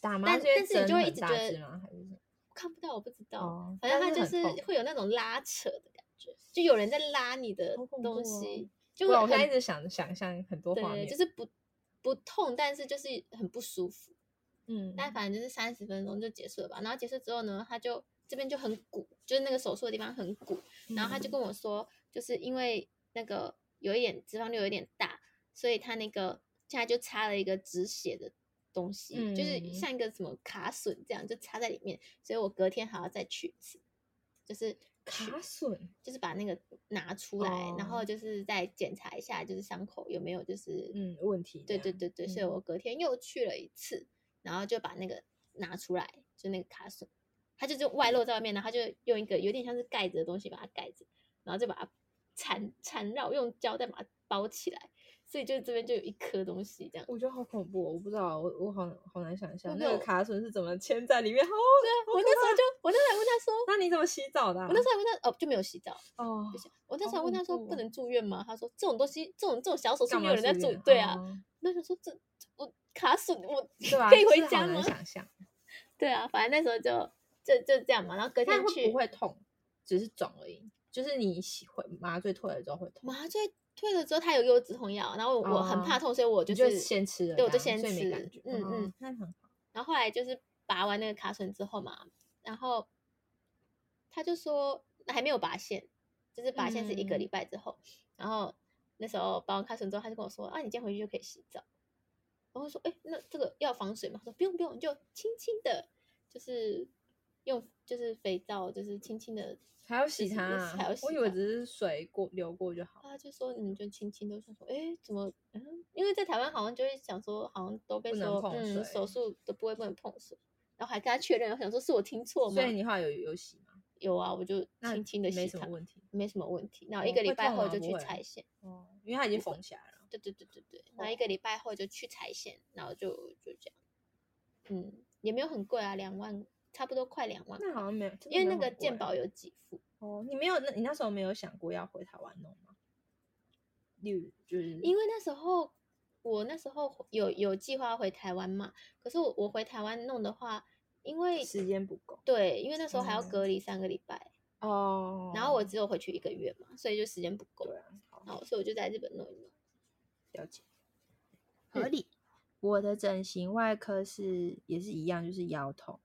[SPEAKER 3] 打麻
[SPEAKER 2] 但
[SPEAKER 3] 醉
[SPEAKER 2] 但是你就会一
[SPEAKER 3] 很
[SPEAKER 2] 直
[SPEAKER 3] 大
[SPEAKER 2] 觉得
[SPEAKER 3] 只吗？还是什么
[SPEAKER 2] 看不到，我不知道。
[SPEAKER 3] 哦
[SPEAKER 2] 反正
[SPEAKER 3] 但
[SPEAKER 2] 它就是是
[SPEAKER 3] 很痛
[SPEAKER 2] 会有那种拉扯的感觉，就有人在拉你的
[SPEAKER 3] 好恐怖
[SPEAKER 2] 东
[SPEAKER 3] 哦
[SPEAKER 2] 西，
[SPEAKER 3] 不
[SPEAKER 2] 就会
[SPEAKER 3] 然我
[SPEAKER 2] 很
[SPEAKER 3] 现在一直想想象很多画
[SPEAKER 2] 对，
[SPEAKER 3] 面，
[SPEAKER 2] 就是不不痛，但是就是很不舒服。
[SPEAKER 3] 嗯，
[SPEAKER 2] 但反正就是三十分钟就结束了吧。然后结束之后呢，他就这边就很鼓，就是那个手术的地方很鼓。然后他
[SPEAKER 3] 嗯
[SPEAKER 2] 就跟我说，就是因为那个有一点脂肪瘤有一点大，所以他那个现在就插了一个止血的东西，就是
[SPEAKER 3] 嗯
[SPEAKER 2] 像一个什么卡榫这样，就插在里面。所以我隔天还要再去一次，就是去
[SPEAKER 3] 卡榫，
[SPEAKER 2] 就是把那个拿出来，然后
[SPEAKER 3] 哦
[SPEAKER 2] 就是再检查一下，就是伤口有没有就是
[SPEAKER 3] 嗯，问题
[SPEAKER 2] 对
[SPEAKER 3] 这样，
[SPEAKER 2] 对对对，所以
[SPEAKER 3] 嗯
[SPEAKER 2] 我隔天又去了一次，然后就把那个拿出来，就那个卡榫，它就就外露在外面，然后它就用一个有点像是盖子的东西把它盖着，然后就把它缠缠绕，用胶带把它包起来，所以就这边就有一颗东西这样。
[SPEAKER 3] 我觉得好恐怖、哦，我不知道，我我好好难想象
[SPEAKER 1] 那
[SPEAKER 3] 那个
[SPEAKER 1] 个
[SPEAKER 3] 卡榫是怎么嵌在里面。好，
[SPEAKER 2] 我那时候就我那时候还问他说，
[SPEAKER 3] 那你怎么洗澡的啊、
[SPEAKER 2] 我那时候还问他哦就没有洗澡，
[SPEAKER 3] 哦
[SPEAKER 2] 不，行，我那时候
[SPEAKER 3] 好
[SPEAKER 2] 问
[SPEAKER 3] 恐
[SPEAKER 2] 他说
[SPEAKER 3] 怖
[SPEAKER 2] 不
[SPEAKER 3] 哦
[SPEAKER 2] 能住院吗？他说这种东西这种这种小手术
[SPEAKER 3] 干
[SPEAKER 2] 没
[SPEAKER 3] 嘛
[SPEAKER 2] 有人在
[SPEAKER 3] 住
[SPEAKER 2] 住
[SPEAKER 3] 院，
[SPEAKER 2] 对啊。
[SPEAKER 3] 哦
[SPEAKER 2] 那就说这我卡损我
[SPEAKER 3] 对吧？
[SPEAKER 2] 可以
[SPEAKER 3] 就是
[SPEAKER 2] 回
[SPEAKER 3] 好
[SPEAKER 2] 家
[SPEAKER 3] 难
[SPEAKER 2] 吗？
[SPEAKER 3] 想象，
[SPEAKER 2] 对啊，反正那时候就就就这样嘛，然后隔天
[SPEAKER 3] 但会
[SPEAKER 2] 去
[SPEAKER 3] 不会痛？只是肿而已，就是你洗会麻醉退了之后会痛，
[SPEAKER 2] 麻醉退了之后，他有给我止痛药，然后我我很怕痛，所以我
[SPEAKER 3] 哦你
[SPEAKER 2] 是
[SPEAKER 3] 先吃了这
[SPEAKER 2] 对
[SPEAKER 3] 样，
[SPEAKER 2] 我就先
[SPEAKER 3] 所以没感
[SPEAKER 2] 吃
[SPEAKER 3] 觉。哦
[SPEAKER 2] 嗯嗯，
[SPEAKER 3] 那很好。
[SPEAKER 2] 然后后来就是拔完那个卡榫之后嘛，然后他就说还没有拔线，就是拔线是一个
[SPEAKER 3] 嗯
[SPEAKER 2] 礼拜之后，然后那时候拔完卡榫之后，他就跟我说啊，你今天回去就可以洗澡。然后我说哎，那这个要防水吗？他说不用不用，你就轻轻的，就是用就是肥皂，就是轻轻的。
[SPEAKER 3] 还要洗
[SPEAKER 2] 就是
[SPEAKER 3] 它
[SPEAKER 2] 也是
[SPEAKER 3] 啊、
[SPEAKER 2] 还要洗
[SPEAKER 3] 我以为
[SPEAKER 2] 它
[SPEAKER 3] 只是水过流过就好。
[SPEAKER 2] 啊他就说你就轻轻的，我想说哎怎么嗯？因为在台湾好像就会想说好像都被
[SPEAKER 3] 不能
[SPEAKER 2] 说
[SPEAKER 3] 碰
[SPEAKER 2] 嗯手
[SPEAKER 3] 水
[SPEAKER 2] 术都不会不能碰水。然后还跟他确认，我想说是我听错吗？
[SPEAKER 3] 所以你后来有有洗吗？
[SPEAKER 2] 有啊，我就
[SPEAKER 3] 那
[SPEAKER 2] 轻轻的洗
[SPEAKER 3] 没什么
[SPEAKER 2] 它，
[SPEAKER 3] 问题。
[SPEAKER 2] 没什么问题。然后
[SPEAKER 3] 哦
[SPEAKER 2] 一个礼
[SPEAKER 3] 会
[SPEAKER 2] 拜
[SPEAKER 3] 痛
[SPEAKER 2] 后
[SPEAKER 3] 吗
[SPEAKER 2] 就
[SPEAKER 3] 不
[SPEAKER 2] 去
[SPEAKER 3] 会
[SPEAKER 2] 拆线，
[SPEAKER 3] 哦，因为它已经缝起来了。
[SPEAKER 2] 对对对对对。然后一个礼拜后就去拆线，然后就就这样，嗯，也没有很贵啊，两万，差不多快两万，
[SPEAKER 3] 那好像没有，真的
[SPEAKER 2] 因为
[SPEAKER 3] 没
[SPEAKER 2] 那
[SPEAKER 3] 有
[SPEAKER 2] 个
[SPEAKER 3] 很贵啊
[SPEAKER 2] 健保有给付，
[SPEAKER 3] 哦，你没有那，你那时候没有想过要回台湾弄吗？例如就是
[SPEAKER 2] 因为那时候我那时候有有计划回台湾嘛，可是我我回台湾弄的话，因为
[SPEAKER 3] 时间不够
[SPEAKER 2] 对，因为那时候还要
[SPEAKER 3] 嗯
[SPEAKER 2] 隔离三个礼拜，
[SPEAKER 3] 哦
[SPEAKER 2] 然后我只有回去一个月嘛，所以就时间不够，
[SPEAKER 3] 对啊，好
[SPEAKER 2] 然后所以我就在日本弄一弄。
[SPEAKER 3] 了解，合理。我的整形外科是也是一样，就是腰痛，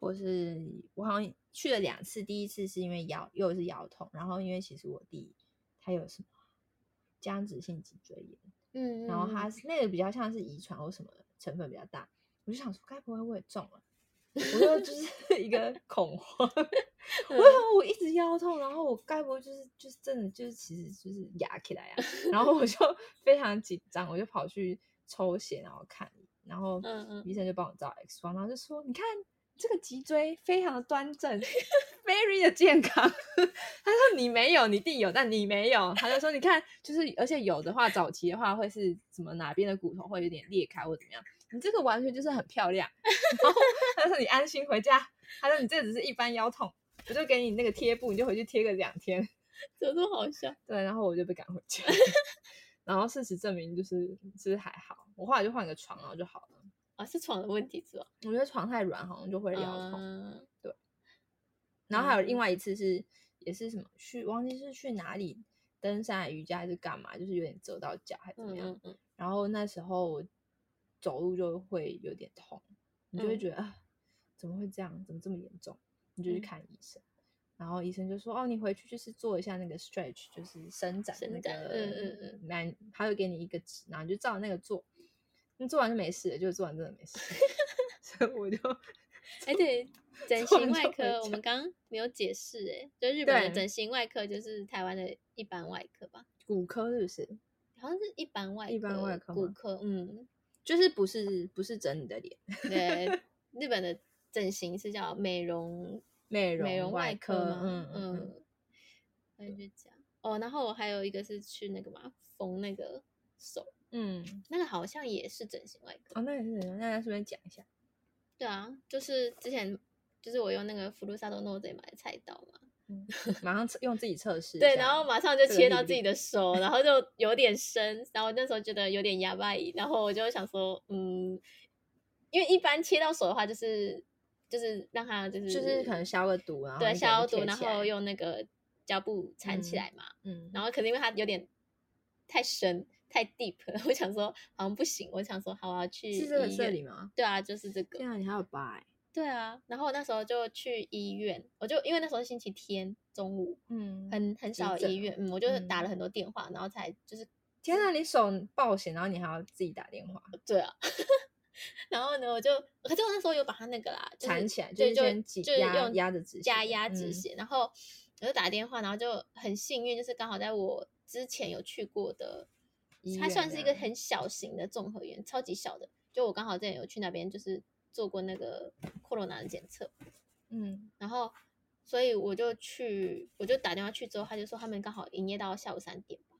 [SPEAKER 3] 或是我好像去了两次，第一次是因为腰又是腰痛，然后因为其实我弟他有什么僵直性脊椎炎，
[SPEAKER 2] 嗯，
[SPEAKER 3] 然后
[SPEAKER 2] 嗯
[SPEAKER 3] 它
[SPEAKER 2] 嗯
[SPEAKER 3] 是那个比较像是遗传或什么成分比较大，我就想说该不会我也中了，我就就是 一个恐慌，我就想我一直腰痛，然后我该不会就是就是真的就是其实就是压起来啊，然后我就 非常紧张，我就跑去抽血然后看，然后
[SPEAKER 2] 嗯嗯
[SPEAKER 3] 医生就帮我照 X 光，然后就说你看。这个脊椎非常的端正，very 的健康。 他说你没有，你弟有，但你没有。他就说你看，就是而且有的话，早期的话会是什么哪边的骨头会有点裂开或怎么样，你这个完全就是很漂亮。 然后他说你安心回家，他说你这只是一般腰痛，我就给你那个贴布，你就回去贴个两天。
[SPEAKER 2] 怎么这么好笑？
[SPEAKER 3] 对，然后我就被赶回家。 然后事实证明就是就是还好，我后来就换个床，然后就好了。
[SPEAKER 2] 啊，是床的问题是吧？
[SPEAKER 3] 我觉得床太软好像就会腰痛。
[SPEAKER 2] 嗯
[SPEAKER 3] 然后还有另
[SPEAKER 2] 嗯
[SPEAKER 3] 外一次是、也是什么去忘记是去哪里登山瑜伽还是干嘛，就是有点折到脚还怎么
[SPEAKER 2] 嗯
[SPEAKER 3] 样。
[SPEAKER 2] 嗯嗯，
[SPEAKER 3] 然后那时候我走路就会有点痛，你就会
[SPEAKER 2] 嗯
[SPEAKER 3] 觉得、啊怎么会这样，怎么这么严重？你就去
[SPEAKER 2] 嗯
[SPEAKER 3] 看医生。然后医生就说：“哦，你回去就是做一下那个 stretch，就是伸展的
[SPEAKER 2] 伸
[SPEAKER 3] 那
[SPEAKER 2] 展
[SPEAKER 3] 个，
[SPEAKER 2] 嗯嗯嗯，
[SPEAKER 3] 蛮，他会给你一个指，然后你就照那个做，你做完就没事了，就 做完真的没事。所以我就
[SPEAKER 2] 哎、对， 整
[SPEAKER 3] 做
[SPEAKER 2] 形外
[SPEAKER 3] 完就回
[SPEAKER 2] 科我们刚刚没有解释、哎，就日本的
[SPEAKER 3] 对
[SPEAKER 2] 整形外科就是台湾的一般外科吧，
[SPEAKER 3] 骨科是不是？
[SPEAKER 2] 好像是一般外
[SPEAKER 3] 一般外科
[SPEAKER 2] 骨
[SPEAKER 3] 吗
[SPEAKER 2] 科，嗯，
[SPEAKER 3] 就是不是不是整你的脸，
[SPEAKER 2] 对，日本的整形是叫美容
[SPEAKER 3] 美容
[SPEAKER 2] 美容
[SPEAKER 3] 外
[SPEAKER 2] 科嘛，
[SPEAKER 3] 嗯嗯嗯，
[SPEAKER 2] 嗯，那就这样。哦，然后我还有一个是去那个嘛缝那个手，
[SPEAKER 3] 嗯，
[SPEAKER 2] 那个好像也是整形外科，
[SPEAKER 3] 哦，那也是，那那顺便讲一下，
[SPEAKER 2] 对啊，就是之前就是我用那个福禄萨多诺贼买的菜刀嘛，
[SPEAKER 3] 嗯马上测用自己测试一下，
[SPEAKER 2] 对，然后马上就
[SPEAKER 3] 这个
[SPEAKER 2] 切
[SPEAKER 3] 力
[SPEAKER 2] 到自
[SPEAKER 3] 量
[SPEAKER 2] 己的手，然后就有点深，然后那时候觉得有点哑巴然后我就想说，嗯，因为一般切到手的话，就是就是让它就是
[SPEAKER 3] 就是可能消个毒，然后
[SPEAKER 2] 对
[SPEAKER 3] 你给它
[SPEAKER 2] 消毒，
[SPEAKER 3] 贴
[SPEAKER 2] 然
[SPEAKER 3] 起来
[SPEAKER 2] 后用那个胶布缠起
[SPEAKER 3] 嗯
[SPEAKER 2] 来嘛，
[SPEAKER 3] 嗯，
[SPEAKER 2] 然后可是因为它有点太深太 deep，了 我想说好像不行，我想说好我要去
[SPEAKER 3] 是这个
[SPEAKER 2] 医
[SPEAKER 3] 这
[SPEAKER 2] 院
[SPEAKER 3] 里吗？
[SPEAKER 2] 对啊，就是这个，
[SPEAKER 3] 天啊，你还有疤欸，
[SPEAKER 2] 对啊，然后我那时候就去医院，我就因为那时候是星期天中午，
[SPEAKER 3] 嗯，
[SPEAKER 2] 很很
[SPEAKER 3] 急
[SPEAKER 2] 少
[SPEAKER 3] 诊
[SPEAKER 2] 医院，嗯，我就打了
[SPEAKER 3] 嗯
[SPEAKER 2] 很多电话，然后才就是
[SPEAKER 3] 天啊，你手爆血，然后你还要自己打电话
[SPEAKER 2] 对啊，然后呢，我就可是我那时候有把它那个啦，就是
[SPEAKER 3] 缠起来，
[SPEAKER 2] 对，
[SPEAKER 3] 是
[SPEAKER 2] 就
[SPEAKER 3] 先挤
[SPEAKER 2] 就是
[SPEAKER 3] 压
[SPEAKER 2] 用
[SPEAKER 3] 压着止血，
[SPEAKER 2] 加压止
[SPEAKER 3] 嗯，
[SPEAKER 2] 血，然后我就打电话，然后就很幸运，就是刚好在我之前有去过的
[SPEAKER 3] 医，
[SPEAKER 2] 它
[SPEAKER 3] 院
[SPEAKER 2] 算
[SPEAKER 3] 这
[SPEAKER 2] 是一个
[SPEAKER 3] 样
[SPEAKER 2] 很小型的综合医院，超级小的，就我刚好之前有去那边就是做过那个 corona 的检测，
[SPEAKER 3] 嗯，
[SPEAKER 2] 然后所以我就去，我就打电话去之后，他就说他们刚好营业到下午三点吧，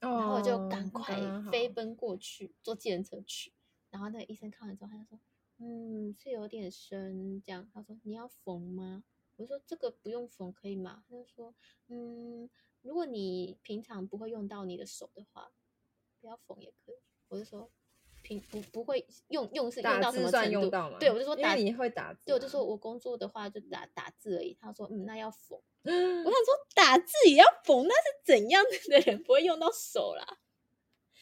[SPEAKER 1] 然
[SPEAKER 2] 然后我就赶快飞
[SPEAKER 3] 哦好
[SPEAKER 2] 奔过去，坐计程车去。然后那个医生看完之后，他就说：“嗯，是有点深，这样。”他说：“你要缝吗？”我说：“这个不用缝，可以吗？”他就说：“嗯，如果你平常不会用到你的手的话，不要缝也可以。”我就说：“平不不会用用是用
[SPEAKER 3] 打
[SPEAKER 2] 到什
[SPEAKER 3] 字
[SPEAKER 2] 么
[SPEAKER 3] 算
[SPEAKER 2] 程
[SPEAKER 3] 用
[SPEAKER 2] 度？”
[SPEAKER 3] 到吗？
[SPEAKER 2] 对，我就说
[SPEAKER 3] 因为
[SPEAKER 2] 打
[SPEAKER 3] 你会打字，啊
[SPEAKER 2] 对，我就说，我工作的话就打打字而已。他说，嗯，那要 缝。我想说打字也要缝，那是怎样的人不会用到手啦？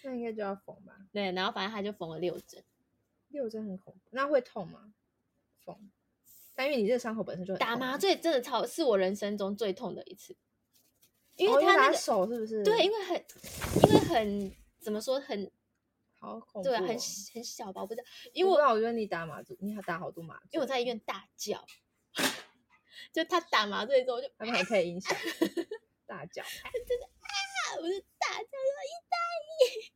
[SPEAKER 3] 那应该就要缝吧？
[SPEAKER 2] 对，然后反正他就缝了六针，
[SPEAKER 3] 六针很恐怖，那会痛吗？缝，但因为你这个伤口本身就很
[SPEAKER 2] 打
[SPEAKER 3] 痛啊
[SPEAKER 2] 麻，醉真的超是我人生中最痛的一次，因
[SPEAKER 3] 哦
[SPEAKER 2] 为他那
[SPEAKER 3] 打
[SPEAKER 2] 个、
[SPEAKER 3] 手是不是？
[SPEAKER 2] 对，因为很因为很怎么说很
[SPEAKER 3] 好恐怖哦，
[SPEAKER 2] 对啊很小很小吧，我不知道，因
[SPEAKER 3] 因
[SPEAKER 2] 为
[SPEAKER 3] 为
[SPEAKER 2] 我
[SPEAKER 3] 我觉得你打麻醉，你还打好多麻醉，
[SPEAKER 2] 因为我在医院大叫， 就他打麻醉之后我就
[SPEAKER 3] 他们还配音响，大叫，
[SPEAKER 2] 啊我就大叫说一带一，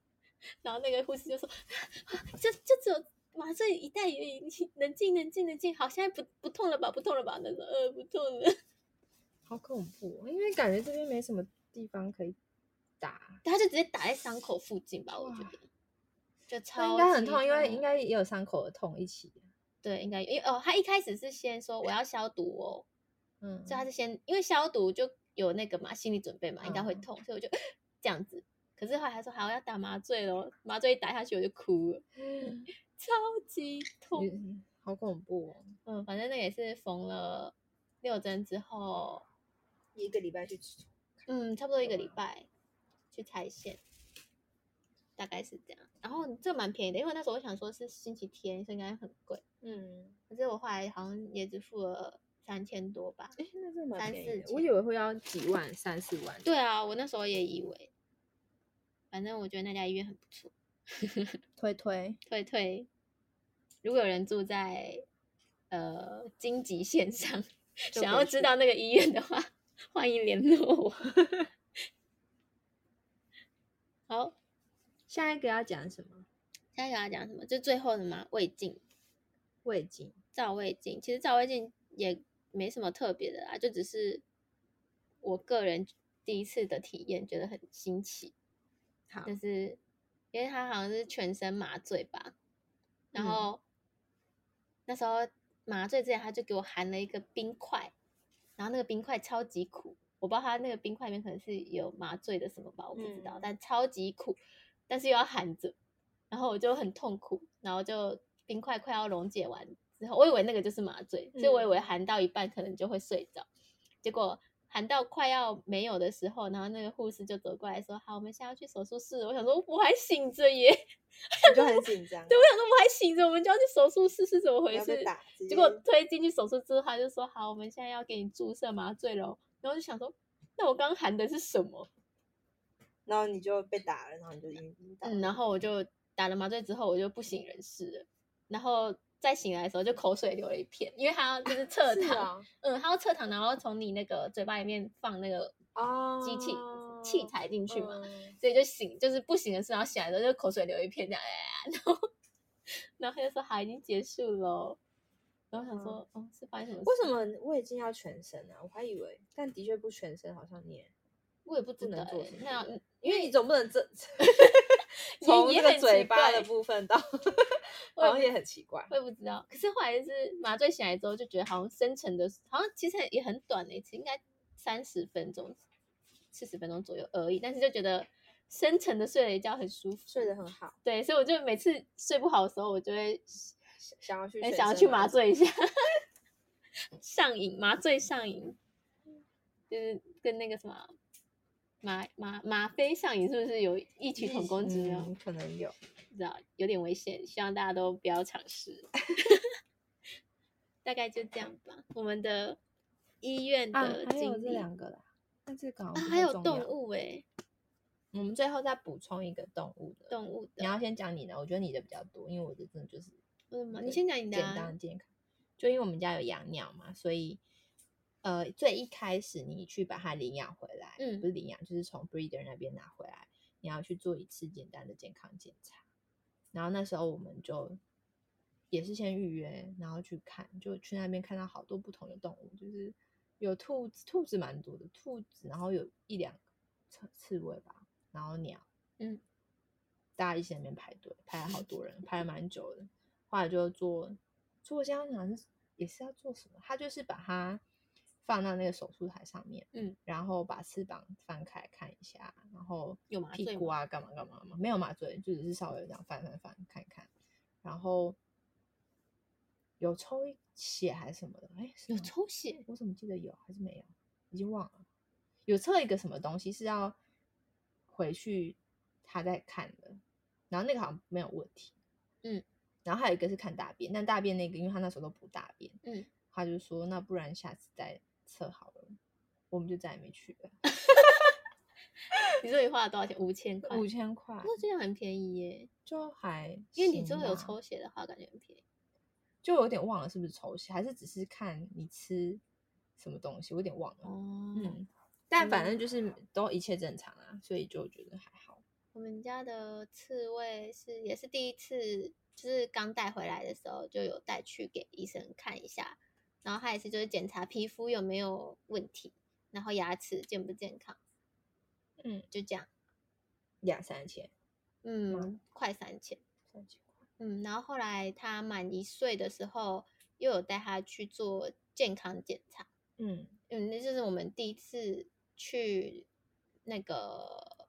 [SPEAKER 2] 然后那个护士就说，啊就就只有麻醉一带而已，你冷静冷静冷静，好，现在不不痛了吧，不痛了吧？那说呃不痛了，
[SPEAKER 3] 好恐怖哦，因为感觉这边没什么地方可以打，
[SPEAKER 2] 他就直接打在伤口附近吧，我觉
[SPEAKER 3] 哇
[SPEAKER 2] 得就
[SPEAKER 3] 那
[SPEAKER 2] 超
[SPEAKER 3] 应该很
[SPEAKER 2] 级
[SPEAKER 3] 痛，因为应
[SPEAKER 2] 的
[SPEAKER 3] 该也有伤口的痛一起，
[SPEAKER 2] 对应该因为哦，他一开始是先说我要消毒哦，
[SPEAKER 3] 嗯，
[SPEAKER 2] 所以他是先因为消毒就有那个嘛心理准备嘛，应该会
[SPEAKER 3] 嗯
[SPEAKER 2] 痛，所以我就这样子。可是后来他说好要打麻醉咯，麻醉一打下去我就哭了， 超级痛。
[SPEAKER 3] 你好恐怖哦，
[SPEAKER 2] 嗯，反正那也是缝了六针之后，
[SPEAKER 1] 一个礼拜去吃，
[SPEAKER 2] 嗯，差不多一个礼
[SPEAKER 3] 哇
[SPEAKER 2] 拜去拆线，大概是这样。然后这蛮便宜的，因为那时候我想说是星期天，所以应该很贵。
[SPEAKER 1] 嗯，
[SPEAKER 2] 可是我后来好像也只付了三千多吧。
[SPEAKER 1] 哎，那真的蛮
[SPEAKER 2] 三
[SPEAKER 1] 便
[SPEAKER 2] 四
[SPEAKER 1] 宜的，
[SPEAKER 2] 千
[SPEAKER 1] 我以为会要几万、三四万，
[SPEAKER 2] 对啊，我那时候也以为，反正我觉得那家医院很不错，
[SPEAKER 3] 推推，
[SPEAKER 2] 推推。如果有人住在呃荆棘线上，
[SPEAKER 1] 就可
[SPEAKER 2] 想
[SPEAKER 1] 以
[SPEAKER 2] 要知
[SPEAKER 1] 去
[SPEAKER 2] 道那个医院的话，欢迎联络 我。好，
[SPEAKER 3] 下一个要讲什么？
[SPEAKER 2] 现在给他讲什么？就最后的嘛，胃镜、
[SPEAKER 3] 胃镜，
[SPEAKER 2] 照胃镜。其实照胃镜也没什么特别的啦，就只是我个人第一次的体验，觉得很新奇。
[SPEAKER 3] 好，
[SPEAKER 2] 就是因为他好像是全身麻醉吧，然
[SPEAKER 3] 嗯
[SPEAKER 2] 后、那时候麻醉之前他就给我含了一个冰块，然后那个冰块超级苦，我不知道他那个冰块里面可能是有麻醉的什么吧，我不知道，
[SPEAKER 1] 嗯
[SPEAKER 2] 但超级苦，但是又要含着，然后我就很痛苦，然后就冰块快要溶解完之后，我以为那个就是麻醉，所以
[SPEAKER 1] 嗯
[SPEAKER 2] 我以为含到一半可能就会睡着，结果含到快要没有的时候，然后那个护士就走过来说：“好，我们现在要去手术室了。”我想说我还醒着耶，
[SPEAKER 1] 你就很紧张，
[SPEAKER 2] 对，我想说我还醒着，我们就要去手术室是怎么
[SPEAKER 1] 不
[SPEAKER 2] 回
[SPEAKER 1] 要
[SPEAKER 2] 事
[SPEAKER 1] 被？打，直
[SPEAKER 2] 结果
[SPEAKER 1] 接
[SPEAKER 2] 推进去手术之后，他就说：“好，我们现在要给你注射麻醉喽。”然后就想说，那我刚含的是什么？
[SPEAKER 1] 然后你就被打了，然后你就晕晕倒了，
[SPEAKER 2] 嗯，然后我就打了麻醉之后，我就不省人事了。然后再醒来的时候，就口水流了一片，因为他就是侧
[SPEAKER 1] 是
[SPEAKER 2] 躺，
[SPEAKER 1] 啊
[SPEAKER 2] 嗯，他要侧躺，然后从你那个嘴巴里面放那个
[SPEAKER 1] 哦，
[SPEAKER 2] 机器、器材进去嘛，
[SPEAKER 1] 嗯
[SPEAKER 2] 所以就醒，就是不醒的时候，然后醒来的时候就口水流一片这样，哎、然后 然后他就说好，已经结束喽。然后想说，哦，是发生什么
[SPEAKER 1] 嗯
[SPEAKER 2] 事？
[SPEAKER 1] 为什么胃镜要全身啊？我还以为，但的确不全身，好像你也
[SPEAKER 2] 我也不知
[SPEAKER 1] 不
[SPEAKER 2] 道
[SPEAKER 1] 能
[SPEAKER 2] 欸、
[SPEAKER 1] 做什么
[SPEAKER 2] 那
[SPEAKER 1] 对不对
[SPEAKER 2] 因
[SPEAKER 1] 因
[SPEAKER 2] 为
[SPEAKER 1] 为你总不能这
[SPEAKER 2] 也
[SPEAKER 1] 从
[SPEAKER 2] 也
[SPEAKER 1] 这个
[SPEAKER 2] 很
[SPEAKER 1] 嘴
[SPEAKER 2] 奇
[SPEAKER 1] 巴
[SPEAKER 2] 怪
[SPEAKER 1] 的部分到，
[SPEAKER 2] 我也
[SPEAKER 1] 好像也很奇怪。
[SPEAKER 2] 我也不知道。可是后来就是麻醉醒来之后，就觉得好像深层的，好像其实也很短欸诶、其实应该三十分钟、四十分钟左右而已。但是就觉得深层的睡了一觉很舒服，
[SPEAKER 1] 睡得很好，
[SPEAKER 2] 对，所以我就每次睡不好的时候，我就会
[SPEAKER 1] 想要去
[SPEAKER 2] 很
[SPEAKER 1] 全
[SPEAKER 2] 哎想要
[SPEAKER 1] 身
[SPEAKER 2] 去
[SPEAKER 1] 麻
[SPEAKER 2] 麻醉一下， 上瘾，麻醉上瘾，就是跟那个什么吗吗吗啡上瘾是不是有异曲同工之妙？
[SPEAKER 1] 嗯可能有。
[SPEAKER 2] 不知道有点危险，希望大家都不要尝试。 大概就这样吧。我们的医院
[SPEAKER 1] 嗯
[SPEAKER 3] 啊，
[SPEAKER 2] 的
[SPEAKER 3] 还有
[SPEAKER 2] 经
[SPEAKER 3] 这
[SPEAKER 2] 历
[SPEAKER 3] 两个啦，那这个好
[SPEAKER 2] 啊
[SPEAKER 3] 像不
[SPEAKER 2] 还
[SPEAKER 3] 太
[SPEAKER 2] 有
[SPEAKER 3] 重
[SPEAKER 2] 动
[SPEAKER 3] 要，
[SPEAKER 2] 物哎、
[SPEAKER 3] 我们最后再补充一个动物的。
[SPEAKER 2] 动物
[SPEAKER 3] 你
[SPEAKER 2] 的。
[SPEAKER 3] 要先讲你的，我觉得你的比较多，因为我的真的就是
[SPEAKER 2] 为什么
[SPEAKER 3] 那
[SPEAKER 2] 你
[SPEAKER 3] 个
[SPEAKER 2] 先讲你的
[SPEAKER 3] 简
[SPEAKER 2] 啊
[SPEAKER 3] 单健康。就因为我们家有养鸟嘛，所以呃，最一开始你去把它领养回来，
[SPEAKER 2] 嗯
[SPEAKER 3] 不是领养，就是从 breeder 那边拿回来，你要去做一次简单的健康检查。然后那时候我们就也是先预约，然后去看，就去那边看到好多不同的动物，就是有兔子，兔子蛮多的，兔子，然后有一两个刺刺猬吧，然后鸟，
[SPEAKER 2] 嗯，
[SPEAKER 3] 大家一起在那边排队，排了好多人，排了蛮久的，后来就做做香肠也是要做什么，他就是把它放到那个手术台上面，
[SPEAKER 2] 嗯，
[SPEAKER 3] 然后把翅膀翻开看一下，然后
[SPEAKER 2] 有麻
[SPEAKER 3] 屁
[SPEAKER 2] 醉
[SPEAKER 3] 股
[SPEAKER 2] 吗
[SPEAKER 3] 啊干嘛干嘛嘛，没有麻醉，就只是稍微这样翻翻翻看一看，然后有抽一血还是什么的，哎，是
[SPEAKER 2] 有
[SPEAKER 3] 吗
[SPEAKER 2] 抽血，
[SPEAKER 3] 我怎么记得有还是没有，已经忘了。有测一个什么东西是要回去他在看的，然后那个好像没有问题，
[SPEAKER 2] 嗯。
[SPEAKER 3] 然后还有一个是看大便，但大便那个因为他那时候都不大便，
[SPEAKER 2] 嗯，
[SPEAKER 3] 他就说那不然下次再测好了，我们就再也没去了，
[SPEAKER 2] 你说你花了多少钱？五千块，
[SPEAKER 3] 五千块
[SPEAKER 2] 那这样很便宜耶，
[SPEAKER 3] 就还
[SPEAKER 2] 因为你
[SPEAKER 3] 行啊
[SPEAKER 2] 之后有
[SPEAKER 3] 吧
[SPEAKER 2] 抽血的话，感觉很便宜。
[SPEAKER 3] 就我有点忘了是不是抽血，还是只是看你吃什么东西，我有点忘了。
[SPEAKER 2] 哦，
[SPEAKER 3] 嗯，但反
[SPEAKER 2] 嗯
[SPEAKER 3] 正就是都一切正常啊，所以就觉得还好。
[SPEAKER 2] 我们家的刺猬是也是第一次，就是刚带回来的时候就有带去给医生看一下，然后他也是就是检查皮肤有没有问题，然后牙齿健不健康，
[SPEAKER 3] 嗯，
[SPEAKER 2] 就这样，
[SPEAKER 3] 两三千，
[SPEAKER 2] 嗯，快三千，
[SPEAKER 3] 三千块。
[SPEAKER 2] 嗯，然后后来他满一岁的时候又有带他去做健康检查，
[SPEAKER 3] 嗯，
[SPEAKER 2] 嗯，那就是我们第一次去那个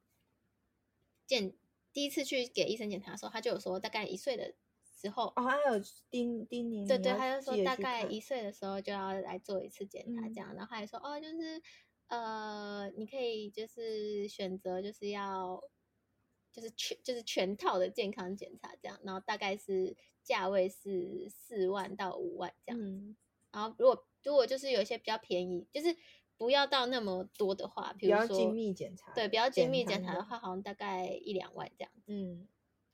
[SPEAKER 2] 健，第一次去给医生检查的时候，他就有说大概一岁的时候，
[SPEAKER 3] 哦，还有叮叮咛，
[SPEAKER 2] 对
[SPEAKER 3] 嗯你
[SPEAKER 2] 对，
[SPEAKER 3] 要
[SPEAKER 2] 他就
[SPEAKER 3] 记
[SPEAKER 2] 说
[SPEAKER 3] 得
[SPEAKER 2] 大
[SPEAKER 3] 去
[SPEAKER 2] 概
[SPEAKER 3] 看嗯
[SPEAKER 2] 一岁的时候就要来做一次检查，这样，然后他还说哦，就是呃，你可以就是选择就是要就是全就是全套的健康检查这样，然后大概是价位是四万到五万这样子。
[SPEAKER 3] 嗯，
[SPEAKER 2] 然后如果如果就是有一些比较便宜，就是不要到那么多的话，比
[SPEAKER 3] 比
[SPEAKER 2] 如
[SPEAKER 3] 较
[SPEAKER 2] 说
[SPEAKER 3] 精密检查，
[SPEAKER 2] 对，比较精密检查
[SPEAKER 3] 的
[SPEAKER 2] 的，话，好像大概一两万这样子。
[SPEAKER 3] 嗯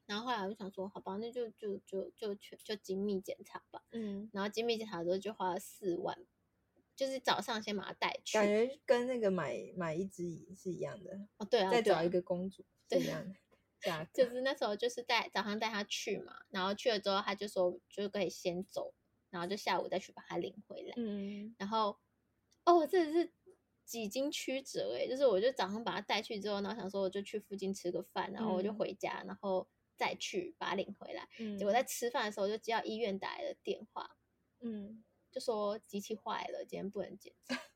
[SPEAKER 2] 然后后来我就想说，好吧，那就就就就全就精密检查吧。
[SPEAKER 3] 嗯，
[SPEAKER 2] 然后精密检查的时候就花了四万，就是早上先把它带去。
[SPEAKER 3] 感觉跟那个买买一只椅是一样的，
[SPEAKER 2] 哦，对啊，
[SPEAKER 3] 再
[SPEAKER 2] 对
[SPEAKER 3] 找一
[SPEAKER 2] 啊
[SPEAKER 3] 个公主是一样的价格，
[SPEAKER 2] 就是那时候就是带早上带他去嘛，然后去了之后他就说就可以先走，然后就下午再去把他领回来。
[SPEAKER 3] 嗯，
[SPEAKER 2] 然后哦，真的是几经曲折诶，就是我就早上把他带去之后，然后想说我就去附近吃个饭，然后我就
[SPEAKER 3] 嗯
[SPEAKER 2] 回家，然后再去把他领回来。
[SPEAKER 3] 嗯
[SPEAKER 2] 结果在吃饭的时候就接到医院打来的电话，
[SPEAKER 3] 嗯，
[SPEAKER 2] 就说机器坏了，今天不能检查。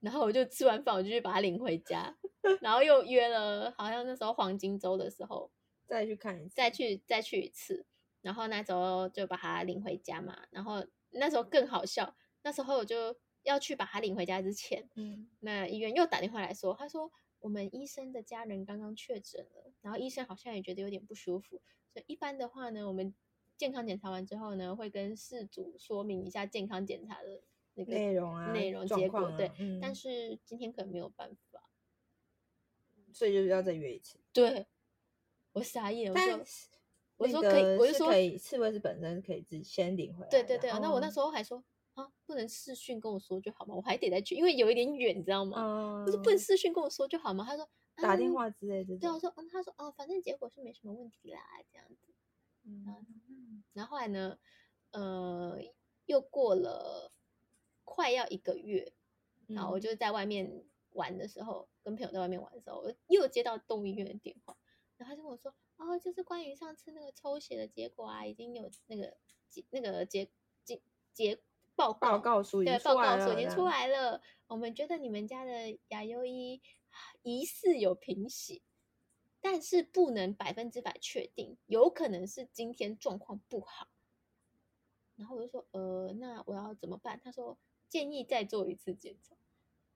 [SPEAKER 2] 然后我就吃完饭，我就去把他领回 家，然后又约了，好像那时候黄金周的时候，
[SPEAKER 3] 再去看一次，
[SPEAKER 2] 再去再去一次，然后那时候就把他领回家嘛。然后那时候更好笑，那时候我就要去把他领回家之前，
[SPEAKER 3] 嗯，
[SPEAKER 2] 那医院又打电话来说，他说我们医生的家人刚刚确诊了，然后医生好像也觉得有点不舒服，所以一般的话呢，我们健康检查完之后呢，会跟事主说明一下健康检查的那个
[SPEAKER 3] 内容啊
[SPEAKER 2] 内容
[SPEAKER 3] 状
[SPEAKER 2] 结果
[SPEAKER 3] 况啊
[SPEAKER 2] 对，
[SPEAKER 3] 嗯
[SPEAKER 2] 但是今天可能没有办法，
[SPEAKER 3] 所以就是要再约一次。
[SPEAKER 2] 对我傻眼，我
[SPEAKER 3] 但
[SPEAKER 2] 说
[SPEAKER 3] 是
[SPEAKER 2] 我
[SPEAKER 3] 那
[SPEAKER 2] 说可以
[SPEAKER 3] 个
[SPEAKER 2] 我就是说
[SPEAKER 3] 可以，刺猬是本身是可以自己先领回来的。嗯
[SPEAKER 2] 对对对啊，那我那时
[SPEAKER 3] 候，
[SPEAKER 2] 候还说啊，不能视讯跟我说就好吗？我还得再去，因为有一点远，你知道吗？
[SPEAKER 3] 嗯，
[SPEAKER 2] 我说不能视讯跟我说就好吗？他说
[SPEAKER 3] 打电
[SPEAKER 2] 嗯
[SPEAKER 3] 话之类的。
[SPEAKER 2] 对，我，说，嗯，他说，哦，反正结果是没什么问题啦，这样子。
[SPEAKER 3] 嗯
[SPEAKER 2] 然后后来呢，呃，又过了快要一个月，然后我
[SPEAKER 3] 嗯
[SPEAKER 2] 就在外面玩的时候，跟朋友在外面玩的时候，我又接到动物医院的电话，然后他就跟我说，哦，就是关于上次那个抽血的结果啊，已经有那个结那个结结结报告
[SPEAKER 3] 报告书已
[SPEAKER 2] 对
[SPEAKER 3] 经
[SPEAKER 2] 报
[SPEAKER 3] 出来
[SPEAKER 2] 告
[SPEAKER 3] 了，
[SPEAKER 2] 书已经
[SPEAKER 3] 这
[SPEAKER 2] 出
[SPEAKER 3] 样，
[SPEAKER 2] 来了，我们觉得你们家的牙优一疑似有贫血。但是不能百分之百确定，有可能是今天状况不好。然后我就说，呃，那我要怎么办？他说建议再做一次检查。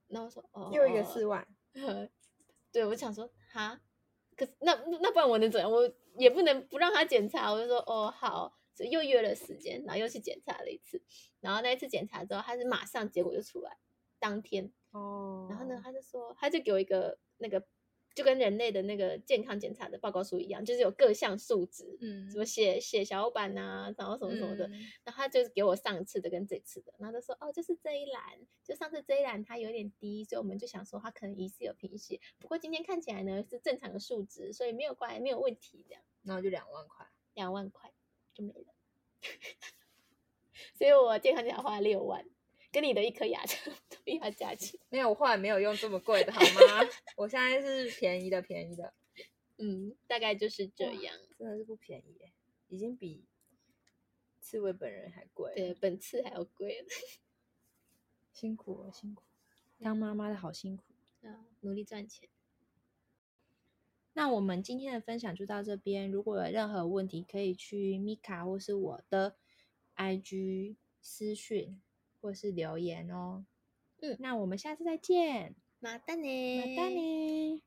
[SPEAKER 2] 然后我说，哦，
[SPEAKER 3] 又一个
[SPEAKER 2] 呃
[SPEAKER 3] 四万，
[SPEAKER 2] 对，我想说，哈，可是那那那不然我能怎样？我也不能不让他检查。我就说，哦，好，所以又约了时间，然后又去检查了一次。然后那一次检查之后，他是马上结果就出来，当天。
[SPEAKER 3] 哦，
[SPEAKER 2] 然后呢，，他就说，他就给我一个那个，就跟人类的那个健康检查的报告书一样，就是有各项数值，
[SPEAKER 3] 嗯，
[SPEAKER 2] 什么血血小板呐、然后什么什么的。
[SPEAKER 3] 嗯，
[SPEAKER 2] 然后他就是给我上次的跟这次的，然后他说哦，就是这一栏，就上次这一栏它有点低，所以我们就想说它可能疑似有贫血，不过今天看起来呢是正常的数值，所以没有关没有问题，这样
[SPEAKER 3] 然后就两万块，
[SPEAKER 2] 两万块就没了。 所以我健康检查花了六万，跟你的一颗牙 差不多要加起来。
[SPEAKER 3] 没有，我后来没有用这么贵的，好吗？ 我现在是便宜的，便宜的，
[SPEAKER 2] 嗯，大概就是这
[SPEAKER 3] 哇
[SPEAKER 2] 样。
[SPEAKER 3] 真的是不便宜耶，已经比刺猬本人还贵。
[SPEAKER 2] 对，，本次还要贵了。
[SPEAKER 3] 辛苦了，辛苦，当妈妈的好辛苦。
[SPEAKER 2] 嗯，努力赚钱。
[SPEAKER 3] 那我们今天的分享就到这边。如果有任何问题，可以去 Mika 或是我的 IG 私讯或是留言哦。
[SPEAKER 2] 嗯
[SPEAKER 3] 那我们下次再见，
[SPEAKER 2] 马蛋
[SPEAKER 3] 马
[SPEAKER 2] 呢？
[SPEAKER 3] 丹。呢。